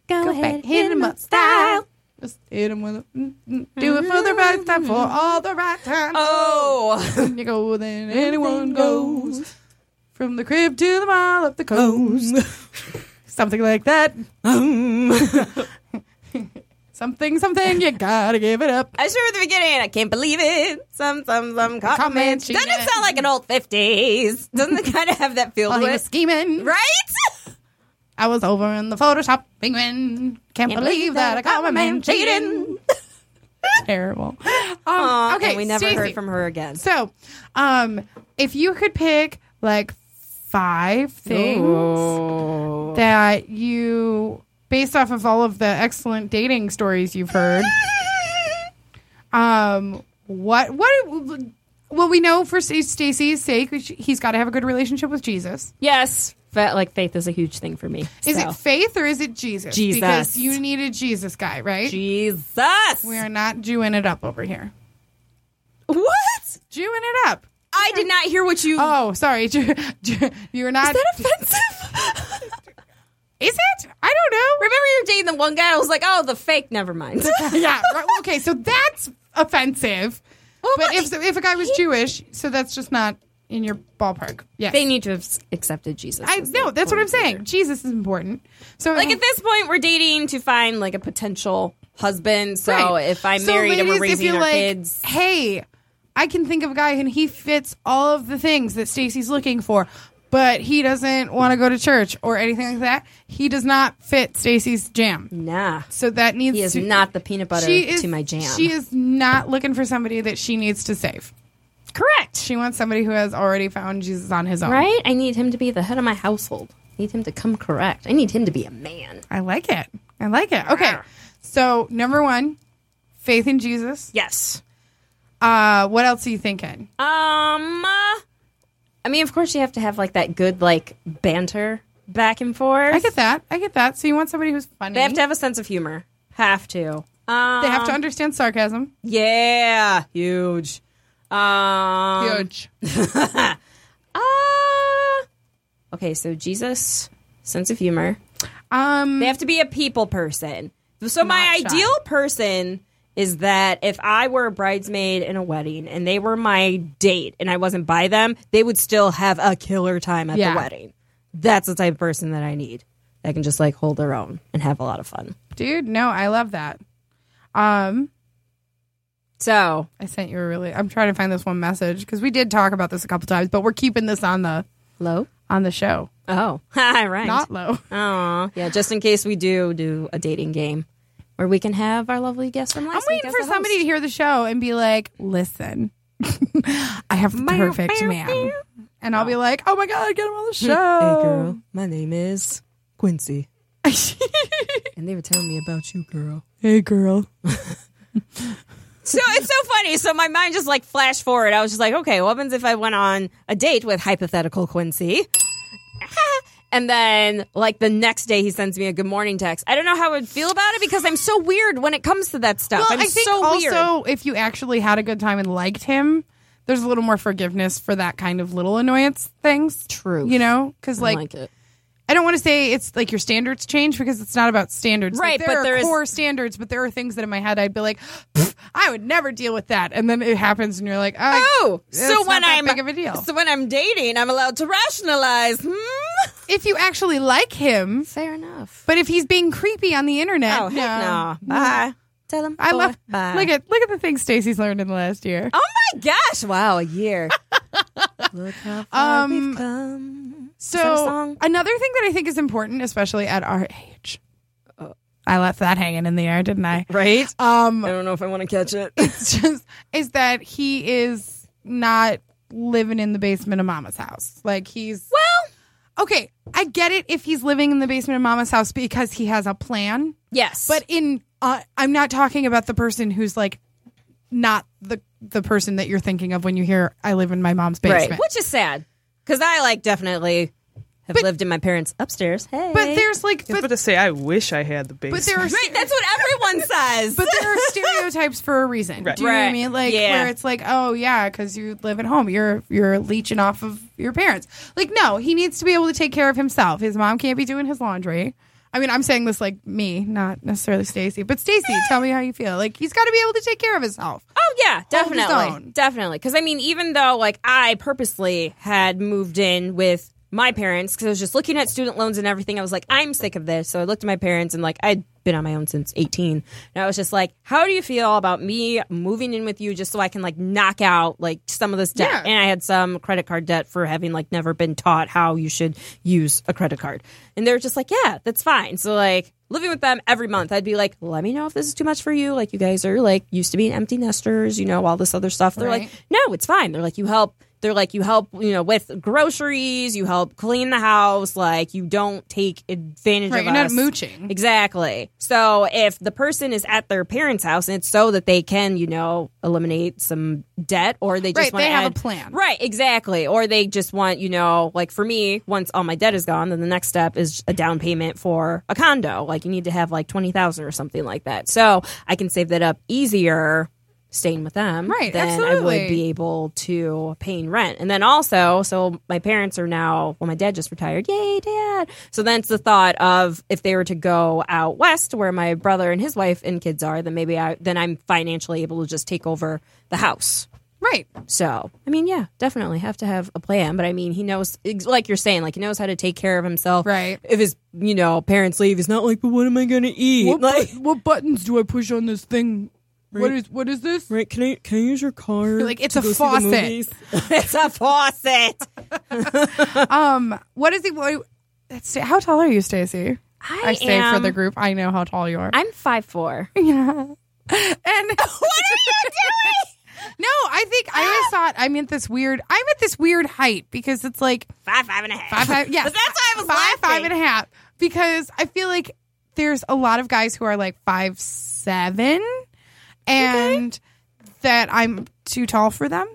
[SPEAKER 3] go,
[SPEAKER 2] Go
[SPEAKER 3] ahead,
[SPEAKER 2] back, hit him up style. Just hit him with a, mm, mm, do it for the right time, for
[SPEAKER 3] Mm-hmm.
[SPEAKER 2] all the right time.
[SPEAKER 3] Oh,
[SPEAKER 2] And you go, then anyone goes. From the crib to the mile up the coast. something like that. something, something, you gotta give it up.
[SPEAKER 3] I sure at the beginning, I can't believe it. Some, some, some comments.
[SPEAKER 2] Comanche
[SPEAKER 3] Doesn't it sound like an old fifties? Doesn't it kind of have that feel
[SPEAKER 2] While
[SPEAKER 3] to
[SPEAKER 2] he
[SPEAKER 3] it?
[SPEAKER 2] was scheming,
[SPEAKER 3] right?
[SPEAKER 2] I was over in the Photoshop penguin. Can't, believe that I got my man cheating. Terrible.
[SPEAKER 3] Aw,
[SPEAKER 2] okay,
[SPEAKER 3] and we never
[SPEAKER 2] Stacey.
[SPEAKER 3] heard from her again.
[SPEAKER 2] So, um, if you could pick like five things that you, based off of all of the excellent dating stories you've heard, um, what what? Well, we know for Sta- Stacy's sake, he's got to have a good relationship with Jesus.
[SPEAKER 3] Yes, fa- like faith is a huge thing for me.
[SPEAKER 2] Is
[SPEAKER 3] so.
[SPEAKER 2] it faith or is it Jesus?
[SPEAKER 3] Jesus.
[SPEAKER 2] Because you need a Jesus guy, right?
[SPEAKER 3] Jesus?
[SPEAKER 2] we are not Jewing it up over here.
[SPEAKER 3] What?
[SPEAKER 2] Jewing it up.
[SPEAKER 3] I did not hear what you.
[SPEAKER 2] Oh, sorry. Jew- Jew- You're not.
[SPEAKER 3] is that offensive?
[SPEAKER 2] Is it? I don't
[SPEAKER 3] Remember you were dating the one guy? I was like, oh, the fake. Never mind.
[SPEAKER 2] know. yeah. right, Okay. So that's offensive.
[SPEAKER 3] Well,
[SPEAKER 2] but
[SPEAKER 3] but
[SPEAKER 2] if if a guy was Jewish, so that's just not in your ballpark. Yes.
[SPEAKER 3] they need to have s- accepted Jesus.
[SPEAKER 2] I
[SPEAKER 3] as
[SPEAKER 2] no.
[SPEAKER 3] their
[SPEAKER 2] That's what I'm
[SPEAKER 3] Lord and
[SPEAKER 2] saying. Jesus is important. So
[SPEAKER 3] Like at this point, we're dating to find like a potential husband. So
[SPEAKER 2] Right.
[SPEAKER 3] Oh, if I'm
[SPEAKER 2] So,
[SPEAKER 3] married and we're
[SPEAKER 2] ladies, if
[SPEAKER 3] raising
[SPEAKER 2] you're
[SPEAKER 3] our
[SPEAKER 2] like,
[SPEAKER 3] kids,
[SPEAKER 2] Hey, I can think of a guy and he fits all of the things that Stacy's looking for, but he doesn't want to go to church or anything like that. He does not fit Stacy's jam.
[SPEAKER 3] nah,
[SPEAKER 2] So that needs
[SPEAKER 3] he is
[SPEAKER 2] to,
[SPEAKER 3] not the peanut butter
[SPEAKER 2] she is-
[SPEAKER 3] to my jam.
[SPEAKER 2] She is not looking for somebody that she needs to save.
[SPEAKER 3] correct,
[SPEAKER 2] She wants somebody who has already found Jesus on his own.
[SPEAKER 3] right? I need him to be the head of my household. I need him to come correct. I need him to be a man.
[SPEAKER 2] I like it. I like it. Okay. So number one, faith in Jesus.
[SPEAKER 3] Yes.
[SPEAKER 2] Uh, what else are you thinking?
[SPEAKER 3] Um, uh, I mean, of course, you have to have like that good like banter back and forth.
[SPEAKER 2] I get that. I get that. So you want somebody who's funny.
[SPEAKER 3] They have to have a sense of humor. Have to. Um,
[SPEAKER 2] They have to understand sarcasm.
[SPEAKER 3] Yeah, huge. Um,
[SPEAKER 2] Huge.
[SPEAKER 3] Ah. okay, so Jesus, sense of humor.
[SPEAKER 2] Um,
[SPEAKER 3] They have to be a people person. So my
[SPEAKER 2] Not shy.
[SPEAKER 3] ideal person is that if I were a bridesmaid in a wedding and they were my date and I wasn't by them, they would still have a killer time at
[SPEAKER 2] Yeah.
[SPEAKER 3] the wedding. That's the type of person that I need. That can just like hold their own and have a lot of fun.
[SPEAKER 2] dude, no, I love that. Um,
[SPEAKER 3] So
[SPEAKER 2] I sent you a really. I'm trying to find this one message because we did talk about this a couple times, but we're keeping this on the
[SPEAKER 3] low.
[SPEAKER 2] on the show.
[SPEAKER 3] Oh, right.
[SPEAKER 2] Not low.
[SPEAKER 3] Aw. Yeah, just in case we do do a dating game where we can have our lovely guest from last
[SPEAKER 2] I'm
[SPEAKER 3] week
[SPEAKER 2] waiting
[SPEAKER 3] as
[SPEAKER 2] for
[SPEAKER 3] the
[SPEAKER 2] somebody to
[SPEAKER 3] host.
[SPEAKER 2] hear the show and be like, listen, I have the perfect man. And I'll be like, oh my God, get him on the show.
[SPEAKER 3] Hey, girl. My name is Quincy. And they were telling me about you, girl.
[SPEAKER 2] hey, girl.
[SPEAKER 3] So it's so funny. So my mind just like flashed forward. I was just like, okay, what happens if I went on a date with hypothetical Quincy? and then like the next day he sends me a good morning text. I don't know how I would feel about it because I'm so weird when it comes to that stuff.
[SPEAKER 2] Well,
[SPEAKER 3] I'm
[SPEAKER 2] I think
[SPEAKER 3] so weird.
[SPEAKER 2] also if you actually had a good time and liked him, there's a little more forgiveness for that kind of little annoyance things.
[SPEAKER 3] True.
[SPEAKER 2] You know, because
[SPEAKER 3] I
[SPEAKER 2] like,
[SPEAKER 3] like it.
[SPEAKER 2] I don't want to say it's like your standards change because it's not about standards. Like,
[SPEAKER 3] Right,
[SPEAKER 2] there
[SPEAKER 3] but
[SPEAKER 2] are
[SPEAKER 3] there is-
[SPEAKER 2] core standards, but there are things that in my head I'd be like, "Pfft, I would never deal with that, and then it happens, and you're like,
[SPEAKER 3] Oh,
[SPEAKER 2] oh, it's
[SPEAKER 3] so
[SPEAKER 2] not
[SPEAKER 3] when
[SPEAKER 2] that
[SPEAKER 3] I'm
[SPEAKER 2] big of a deal.
[SPEAKER 3] so when I'm dating, I'm allowed to rationalize. Hmm?
[SPEAKER 2] if you actually like him,
[SPEAKER 3] Fair enough.
[SPEAKER 2] but if he's being creepy on the internet,
[SPEAKER 3] Oh heck
[SPEAKER 2] no.
[SPEAKER 3] no! Bye. Tell him.
[SPEAKER 2] I
[SPEAKER 3] boy,
[SPEAKER 2] love
[SPEAKER 3] Bye.
[SPEAKER 2] look at look at the things Stacy's learned in the last year.
[SPEAKER 3] oh my gosh! Wow, a year. Look how far
[SPEAKER 2] Um,
[SPEAKER 3] we've come. Sing a
[SPEAKER 2] So
[SPEAKER 3] song.
[SPEAKER 2] another thing that I think is important, especially at our age, Oh, I left that hanging in the air, didn't I?
[SPEAKER 3] Right?
[SPEAKER 2] Um,
[SPEAKER 3] I don't know if I want to catch it.
[SPEAKER 2] it's just is that he is not living in the basement of Mama's house. Like he's well, okay. I get it if he's living in the basement of Mama's house because he has a plan.
[SPEAKER 3] yes,
[SPEAKER 2] But in uh, I'm not talking about the person who's like not the the person that you're thinking of when you hear I live in my mom's basement.
[SPEAKER 3] right, which is sad because I like definitely have lived in my parents' upstairs. Hey,
[SPEAKER 2] But there's like
[SPEAKER 5] I'm
[SPEAKER 2] but,
[SPEAKER 5] about to say, I wish I had the bass.
[SPEAKER 2] but there are
[SPEAKER 3] right. That's what everyone says.
[SPEAKER 2] but there are stereotypes for a reason. Do you know what I
[SPEAKER 3] Right.
[SPEAKER 2] mean? Like
[SPEAKER 3] Yeah.
[SPEAKER 2] where it's like, oh yeah, because you live at home, you're you're leeching off of your parents. Like no, he needs to be able to take care of himself. His mom can't be doing his laundry. I mean, I'm saying this like me, not necessarily Stacy, but
[SPEAKER 3] Eh.
[SPEAKER 2] Stacy, tell me how you feel. Like he's got to be able to take care of himself.
[SPEAKER 3] Oh yeah,
[SPEAKER 2] Hold his
[SPEAKER 3] definitely,
[SPEAKER 2] own.
[SPEAKER 3] definitely. Because I mean, even though like I purposely had moved in with my parents because I was just looking at student loans and everything, I was like, I'm sick of this. So I looked at my parents and like I'd been on my own since 18, and I was just like, How do you feel about me moving in with you just so I can like knock out like some of this debt?
[SPEAKER 2] Yeah.
[SPEAKER 3] And I had some credit card debt for having like never been taught how you should use a credit card, and they're just like, Yeah, that's fine. So like living with them every month, I'd be like, let me know if this is too much for you. Like, you guys are like used to being empty nesters, you know, all this other stuff. They're
[SPEAKER 2] Right.
[SPEAKER 3] like, no, it's fine. They're like, you help. They're like, you help, you know, with groceries, you help clean the house. Like, you don't take advantage
[SPEAKER 2] Right,
[SPEAKER 3] of
[SPEAKER 2] you're not
[SPEAKER 3] us.
[SPEAKER 2] mooching.
[SPEAKER 3] Exactly. So if the person is at their parents' house, and it's so that they can, you know, eliminate some debt, or they just
[SPEAKER 2] Right,
[SPEAKER 3] want
[SPEAKER 2] they
[SPEAKER 3] to
[SPEAKER 2] have a
[SPEAKER 3] add-
[SPEAKER 2] plan.
[SPEAKER 3] Right, exactly. Or they just want, you know, like for me, once all my debt is gone, then the next step is a down payment for a condo. Like you need to have like twenty thousand or something like that. So I can save that up easier staying with them
[SPEAKER 2] Right,
[SPEAKER 3] than I
[SPEAKER 2] absolutely.
[SPEAKER 3] would be able to paying rent. And then also, so my parents are now, well, my dad just retired. Yay, dad. So then it's the thought of if they were to go out west where my brother and his wife and kids are, then maybe I, then I'm financially able to just take over the house.
[SPEAKER 2] Right.
[SPEAKER 3] So, I mean, yeah, definitely have to have a plan. But I mean, he knows, ex- like you're saying, like he knows how to take care of himself.
[SPEAKER 2] Right.
[SPEAKER 3] If his, you know, parents leave, he's not like, but what am I going to eat? like,
[SPEAKER 2] what buttons do I push on this thing? What is what is this?
[SPEAKER 3] right? Can I can I use your car?
[SPEAKER 2] Like, it's to a go see the faucet. movies?
[SPEAKER 3] it's a faucet.
[SPEAKER 2] Um, what is he? What, Sta- how tall are you, Stacy?
[SPEAKER 3] I,
[SPEAKER 2] say for the group, I know how tall you are.
[SPEAKER 3] I'm five four.
[SPEAKER 2] And what are you doing? No, I think I always thought I'm at this weird. I'm at this weird height because it's like
[SPEAKER 3] Five five and a half.
[SPEAKER 2] five, five. Yeah,
[SPEAKER 3] But that's why I was
[SPEAKER 2] five, five
[SPEAKER 3] laughing.
[SPEAKER 2] and a half. Because I feel like there's a lot of guys who are like five seven, and that I'm too tall for them.
[SPEAKER 3] Hmm?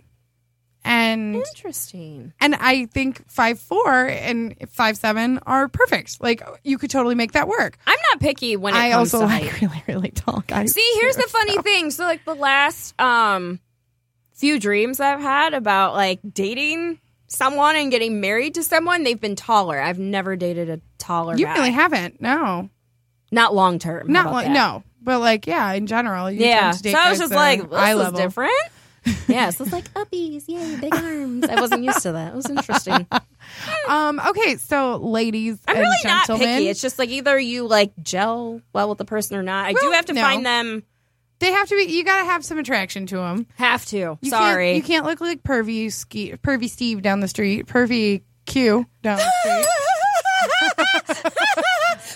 [SPEAKER 2] And
[SPEAKER 3] Interesting.
[SPEAKER 2] and I think five four and five seven are perfect. Like you could totally make that work.
[SPEAKER 3] I'm not picky when it
[SPEAKER 2] I
[SPEAKER 3] comes
[SPEAKER 2] also
[SPEAKER 3] to height.
[SPEAKER 2] like really really tall guys.
[SPEAKER 3] See, here's the funny thing. So, like the last um few dreams I've had about like dating someone and getting married to someone, they've been taller. I've never dated a taller.
[SPEAKER 2] You
[SPEAKER 3] guy.
[SPEAKER 2] really haven't. No,
[SPEAKER 3] not long term.
[SPEAKER 2] not like no, but like yeah, in general. You
[SPEAKER 3] Yeah.
[SPEAKER 2] tend to date
[SPEAKER 3] So I was
[SPEAKER 2] guys
[SPEAKER 3] just
[SPEAKER 2] that
[SPEAKER 3] like,
[SPEAKER 2] are
[SPEAKER 3] this
[SPEAKER 2] eye
[SPEAKER 3] is
[SPEAKER 2] level.
[SPEAKER 3] different. yeah, so it's like uppies, yay, big arms. I wasn't used to that. It was interesting.
[SPEAKER 2] Um. Okay. So ladies,
[SPEAKER 3] I'm
[SPEAKER 2] and
[SPEAKER 3] really not
[SPEAKER 2] gentlemen,
[SPEAKER 3] picky. It's just like either you like gel well with the person or not. I do
[SPEAKER 2] Well,
[SPEAKER 3] have to
[SPEAKER 2] no.
[SPEAKER 3] find them.
[SPEAKER 2] they have to be. You gotta have some attraction to them.
[SPEAKER 3] Have to.
[SPEAKER 2] You
[SPEAKER 3] Sorry.
[SPEAKER 2] can't, you can't look like pervy ski, pervy Steve down the street, pervy pew down the street.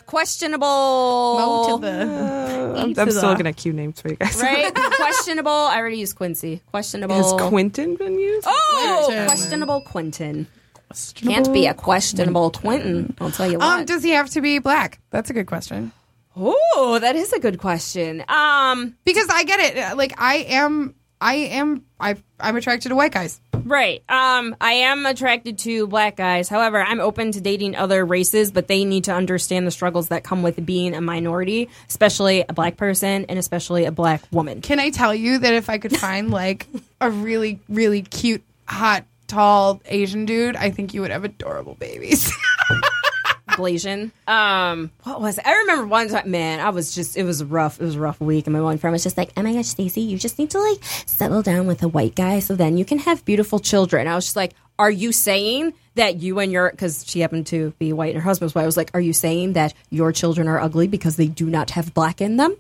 [SPEAKER 3] Questionable.
[SPEAKER 2] Go to the-
[SPEAKER 5] I'm, I'm still looking at cute names for you guys.
[SPEAKER 3] right? Questionable. I already used Quincy. Questionable.
[SPEAKER 5] Has Quentin been used?
[SPEAKER 3] Oh,
[SPEAKER 2] Quentin.
[SPEAKER 3] questionable Quentin. Can't be a questionable Quentin. I'll tell you what.
[SPEAKER 2] um, does he have to be black? That's a good question.
[SPEAKER 3] oh, that is a good question. Um,
[SPEAKER 2] Because I get it. uh, Like I am, I am, I, I'm attracted to white guys.
[SPEAKER 3] right. Um, I am attracted to black guys. However, I'm open to dating other races, but they need to understand the struggles that come with being a minority, especially a black person and especially a black woman.
[SPEAKER 2] Can I tell you that if I could find like a really, really cute, hot, tall Asian dude, I think you would have adorable babies.
[SPEAKER 3] Blasian. Um, what was it? I remember one time, man, I was just, it was rough. It was a rough week. And my one friend was just like, oh my gosh, Stacey, you just need to like settle down with a white guy so then you can have beautiful children. I was just like, are you saying that you and your, because she happened to be white and her husband was white. I was like, are you saying that your children are ugly because they do not have black in them?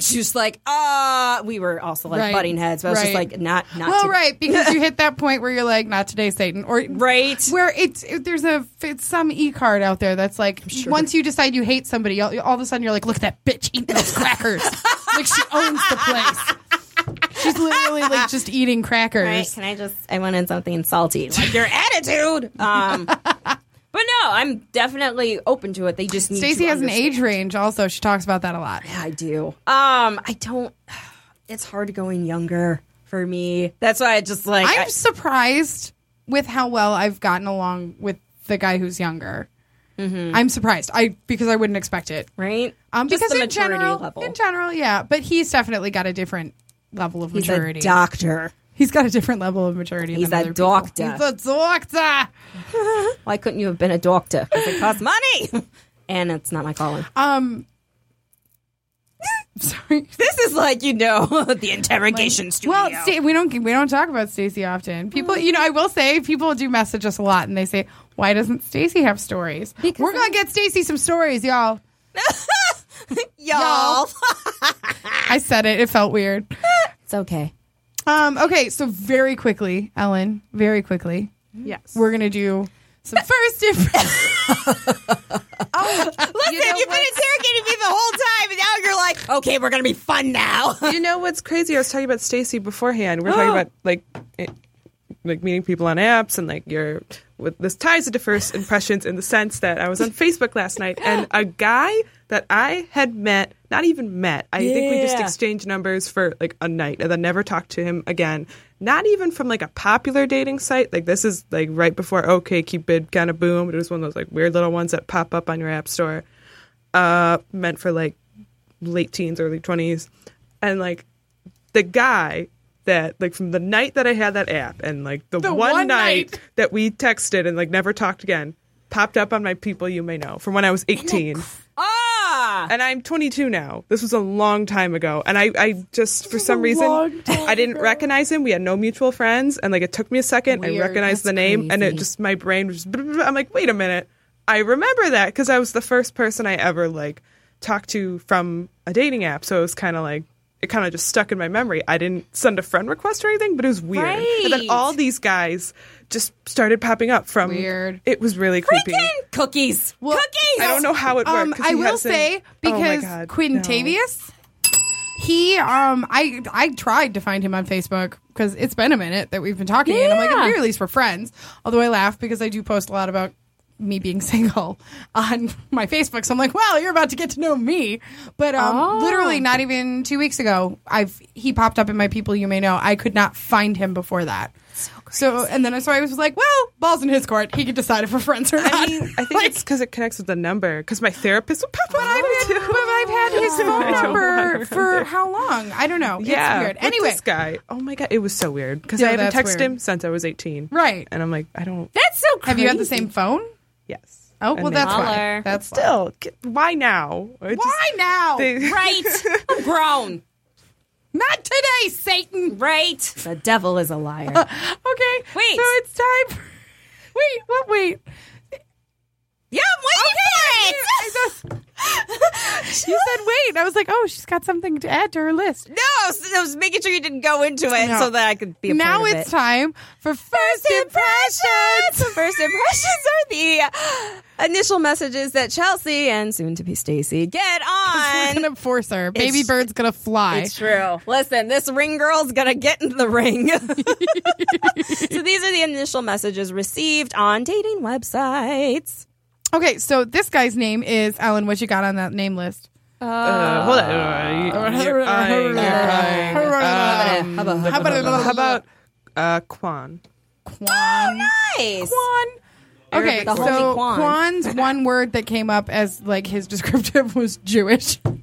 [SPEAKER 3] She was like, uh, we were also like
[SPEAKER 2] Right.
[SPEAKER 3] butting heads, but I was just
[SPEAKER 2] Right.
[SPEAKER 3] like, not, not
[SPEAKER 2] well,
[SPEAKER 3] to-
[SPEAKER 2] right, because you hit that point where you're like, not today, Satan, or
[SPEAKER 3] Right.
[SPEAKER 2] where it's it, there's a it's some e card out there that's like once you decide you hate somebody, all, all of a sudden you're like, look at that bitch eating those crackers, like she owns the place. She's literally like just eating crackers.
[SPEAKER 3] Right? Can I just? I wanted something salty, like your attitude. Um, but no, I'm definitely open to it. They just need.
[SPEAKER 2] Stacey
[SPEAKER 3] to
[SPEAKER 2] has an
[SPEAKER 3] understand.
[SPEAKER 2] age range, also. She talks about that a lot.
[SPEAKER 3] I do. Um, I don't. It's hard going younger for me. That's why I just like.
[SPEAKER 2] I'm
[SPEAKER 3] I-
[SPEAKER 2] surprised with how well I've gotten along with the guy who's younger.
[SPEAKER 3] Mm-hmm.
[SPEAKER 2] I'm surprised. I because I wouldn't expect it.
[SPEAKER 3] right.
[SPEAKER 2] Um,
[SPEAKER 3] just
[SPEAKER 2] because
[SPEAKER 3] the
[SPEAKER 2] in
[SPEAKER 3] maturity
[SPEAKER 2] general,
[SPEAKER 3] level.
[SPEAKER 2] in general, yeah. But he's definitely got a different level of
[SPEAKER 3] He's
[SPEAKER 2] maturity.
[SPEAKER 3] a doctor.
[SPEAKER 2] He's got a different level of maturity.
[SPEAKER 3] He's
[SPEAKER 2] than
[SPEAKER 3] a
[SPEAKER 2] other people.
[SPEAKER 3] doctor.
[SPEAKER 2] He's a doctor.
[SPEAKER 3] Why couldn't you have been a doctor? 'Cause It costs money, and it's not my calling.
[SPEAKER 2] Um, sorry.
[SPEAKER 3] this is like you know the interrogation studio.
[SPEAKER 2] Well, Sta- we don't we don't talk about Stacy often. People, you know, I will say people do message us a lot, and they say, "Why doesn't Stacy have stories?" We're gonna get Stacy some stories, y'all.
[SPEAKER 3] y'all.
[SPEAKER 2] I said it. It felt weird.
[SPEAKER 3] It's okay.
[SPEAKER 2] Um, okay, so very quickly, Ellen, very quickly,
[SPEAKER 5] Yes.
[SPEAKER 2] we're gonna do some first impressions. Oh,
[SPEAKER 3] Listen, you
[SPEAKER 2] know
[SPEAKER 3] have been interrogating me the whole time, and now you're like, okay, we're gonna be fun now.
[SPEAKER 5] you know what's crazy? I was talking about Stacy beforehand. We are talking about like it, like meeting people on apps and like your with this ties into first impressions in the sense that I was on Facebook last night and a guy that I had met, not even met. I think we just
[SPEAKER 3] Yeah.
[SPEAKER 5] exchanged numbers for like a night and then never talked to him again. Not even from like a popular dating site. Like this is like right before OK Cupid kind of boomed. It was one of those like weird little ones that pop up on your app store uh, meant for like late teens, early twenties, and like the guy that like from the night that I had that app and like the, one,
[SPEAKER 2] one
[SPEAKER 5] night,
[SPEAKER 2] night.
[SPEAKER 5] that we texted and like never talked again popped up on my people you may know from when I was eighteen.
[SPEAKER 3] Ah,
[SPEAKER 5] And I'm 22 now. This was a long time ago. And I, I just, for some reason, I didn't recognize him. We had no mutual friends. And like, it took me a second. I
[SPEAKER 3] Weird.
[SPEAKER 5] recognized the
[SPEAKER 3] That's
[SPEAKER 5] name. And it
[SPEAKER 3] crazy.
[SPEAKER 5] just, my brain was, I'm like, wait a minute. I remember that because I was the first person I ever like talked to from a dating app. So it was kind of like, it kind of just stuck in my memory. I didn't send a friend request or anything, but it was weird. And
[SPEAKER 3] Right.
[SPEAKER 5] then all these guys just started popping up from
[SPEAKER 2] Weird.
[SPEAKER 5] It was really creepy.
[SPEAKER 3] freaking cookies,
[SPEAKER 2] Well,
[SPEAKER 3] cookies.
[SPEAKER 5] I don't know how it worked.
[SPEAKER 2] um,
[SPEAKER 5] 'cause
[SPEAKER 2] I
[SPEAKER 5] he
[SPEAKER 2] will
[SPEAKER 5] hasn't-
[SPEAKER 2] say
[SPEAKER 5] Oh my
[SPEAKER 2] because
[SPEAKER 5] God,
[SPEAKER 2] Quinn
[SPEAKER 5] no.
[SPEAKER 2] Tavius, he, um, I, I tried to find him on Facebook because it's been a minute that we've been talking, and I'm like,
[SPEAKER 3] Yeah.
[SPEAKER 2] at the very least we're friends. Although I laugh because I do post a lot about me being single on my Facebook, so I'm like, well, you're about to get to know me. But um,
[SPEAKER 3] Oh.
[SPEAKER 2] literally, not even two weeks ago, I've he popped up in my people you may know. I could not find him before that. So, and then so I was like, well, balls in his court. He could decide if we're friends or not.
[SPEAKER 5] I mean, I think
[SPEAKER 2] Like-
[SPEAKER 5] it's because it connects with the number. Because my therapist would pop
[SPEAKER 2] But I've,
[SPEAKER 5] out
[SPEAKER 2] had,
[SPEAKER 5] too.
[SPEAKER 2] but I've had his
[SPEAKER 5] I
[SPEAKER 2] phone
[SPEAKER 5] don't want
[SPEAKER 2] number
[SPEAKER 5] her
[SPEAKER 2] for
[SPEAKER 5] there.
[SPEAKER 2] how long? I don't know.
[SPEAKER 5] Yeah.
[SPEAKER 2] it's weird.
[SPEAKER 5] with
[SPEAKER 2] Anyway,
[SPEAKER 5] this guy. Oh my god, it was so weird because
[SPEAKER 2] Yeah,
[SPEAKER 5] I haven't
[SPEAKER 2] that's
[SPEAKER 5] texted
[SPEAKER 2] weird.
[SPEAKER 5] him since I was eighteen.
[SPEAKER 2] Right.
[SPEAKER 5] And I'm like, I don't.
[SPEAKER 3] That's so. Crazy.
[SPEAKER 2] have you had the same phone?
[SPEAKER 5] Yes.
[SPEAKER 2] Oh,
[SPEAKER 5] And
[SPEAKER 2] well,
[SPEAKER 5] they-
[SPEAKER 2] that's why.
[SPEAKER 3] Holler.
[SPEAKER 2] That's why.
[SPEAKER 5] still. get- Why now? I just-
[SPEAKER 2] why now?
[SPEAKER 5] they-
[SPEAKER 3] right? I'm grown.
[SPEAKER 2] Not today, Satan.
[SPEAKER 3] Right? Uh, The devil is a liar.
[SPEAKER 2] Okay.
[SPEAKER 3] Wait.
[SPEAKER 2] So it's time. For, wait. What? Wait.
[SPEAKER 3] yeah, I'm waiting for it.
[SPEAKER 2] I just, You said wait. and I was like, oh, she's got something to add to her list.
[SPEAKER 3] No, I was, I was making sure you didn't go into it
[SPEAKER 2] No.
[SPEAKER 3] so that I could be a
[SPEAKER 2] now
[SPEAKER 3] part of
[SPEAKER 2] it's
[SPEAKER 3] it.
[SPEAKER 2] time for first impressions.
[SPEAKER 3] First impressions are the initial messages that Chelsea and soon to be Stacy get
[SPEAKER 2] We're
[SPEAKER 3] on.
[SPEAKER 2] gonna force her. Baby
[SPEAKER 3] It's-
[SPEAKER 2] bird's gonna fly.
[SPEAKER 3] true. Listen, this ring girl's gonna get into the ring. so these are the initial messages received on dating websites.
[SPEAKER 2] Okay, so this guy's name is Alan. What you got on that name list?
[SPEAKER 5] Uh, hold on. You're eyeing, you're eyeing.
[SPEAKER 3] How about-
[SPEAKER 2] How about
[SPEAKER 5] Um, How about uh, Quan?
[SPEAKER 3] Oh,
[SPEAKER 2] Quan?
[SPEAKER 3] nice?
[SPEAKER 2] Quan. Okay,
[SPEAKER 3] Arabic the Holy
[SPEAKER 2] so
[SPEAKER 3] Quan.
[SPEAKER 2] Quan's one word that came up as like his descriptive was Jewish. Um,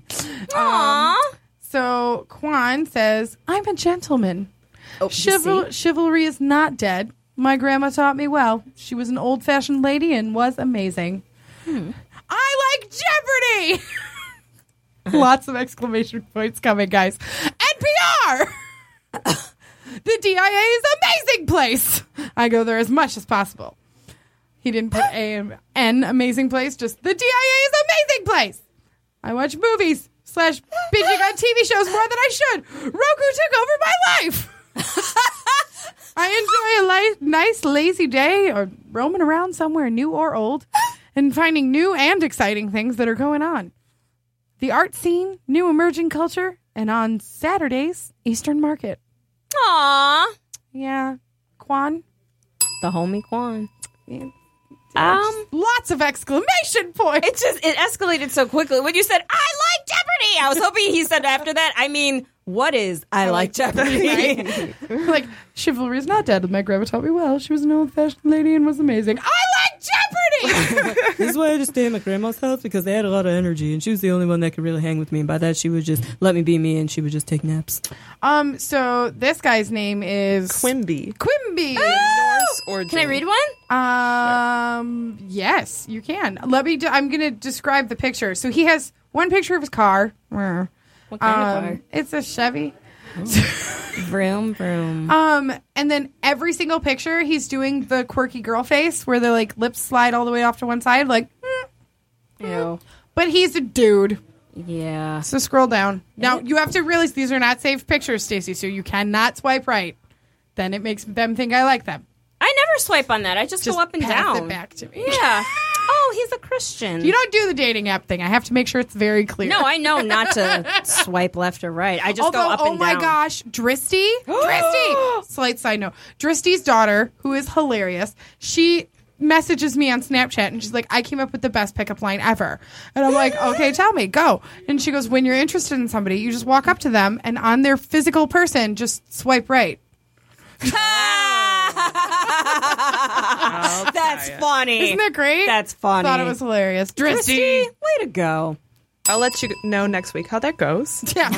[SPEAKER 3] Aw.
[SPEAKER 2] So Quan says, "I'm a gentleman.
[SPEAKER 3] Oh,
[SPEAKER 2] Chival- chivalry is not dead. My grandma taught me well. She was an old-fashioned lady and was amazing. I like Jeopardy!" Lots of exclamation points coming, guys. NPR. the DIA is amazing place. I go there as much as possible. He didn't put a an amazing place, just the DIA is amazing place. I watch movies slash binging on TV shows more than I should. Roku took over my life. I enjoy a li- nice lazy day or roaming around somewhere new or old and finding new and exciting things that are going on. The art scene, new emerging culture, and on Saturdays, Eastern Market.
[SPEAKER 3] Aw.
[SPEAKER 2] Yeah. Quan.
[SPEAKER 3] The homie Quan.
[SPEAKER 2] Yeah.
[SPEAKER 3] Um,
[SPEAKER 2] Lots of exclamation points.
[SPEAKER 3] it just it escalated so quickly when you said I like Jeopardy. I was hoping he said after that. I mean, what is I, like, Jeopardy?
[SPEAKER 2] like chivalry is not dead. My grandma taught me well. She was an old-fashioned lady and was amazing. I like Jeopardy.
[SPEAKER 6] this is why I just stay at my grandma's house because they had a lot of energy, and she was the only one that could really hang with me. And by that, she would just let me be me, and she would just take naps.
[SPEAKER 2] um. So this guy's name is
[SPEAKER 5] Quimby.
[SPEAKER 2] Quimby.
[SPEAKER 5] Norse
[SPEAKER 3] Oh!
[SPEAKER 5] origin.
[SPEAKER 3] Can I read one?
[SPEAKER 2] Um. Yes, you can. Let me. Do, I'm going to describe the picture. So he has one picture of his car. What
[SPEAKER 3] What kind of
[SPEAKER 2] It's a Chevy.
[SPEAKER 3] car? Vroom vroom.
[SPEAKER 2] Um, and then every single picture, he's doing the quirky girl face where the like lips slide all the way off to one side, like. "Mm."
[SPEAKER 3] Ew.
[SPEAKER 2] But he's a dude.
[SPEAKER 3] Yeah.
[SPEAKER 2] So scroll down. Now you have to realize these are not safe pictures, Stacy. So you cannot swipe right. Then it makes them think I like them.
[SPEAKER 3] I never swipe on that. I just,
[SPEAKER 2] Just
[SPEAKER 3] go up and
[SPEAKER 2] pass
[SPEAKER 3] down.
[SPEAKER 2] it back to me.
[SPEAKER 3] Yeah. Oh, he's a Christian.
[SPEAKER 2] You don't do the dating app thing. I have to make sure it's very clear.
[SPEAKER 3] No, I know not to swipe left or right. I just
[SPEAKER 2] Although,
[SPEAKER 3] go up
[SPEAKER 2] oh
[SPEAKER 3] and
[SPEAKER 2] my
[SPEAKER 3] down.
[SPEAKER 2] gosh, Dristy, Dristy. Slight side note: Dristy's daughter, who is hilarious, she messages me on Snapchat and she's like, "I came up with the best pickup line ever," and I'm like, "Okay, tell me, go." And she goes, "When you're interested in somebody, you just walk up to them and on their physical person, just swipe right."
[SPEAKER 3] Ah! That's funny.
[SPEAKER 2] Isn't that great?
[SPEAKER 3] Eh, That's funny.
[SPEAKER 2] Thought it was hilarious,
[SPEAKER 3] Christy,
[SPEAKER 2] Dristy.
[SPEAKER 3] way to go.
[SPEAKER 5] I'll let you know next week how that goes.
[SPEAKER 2] Yeah.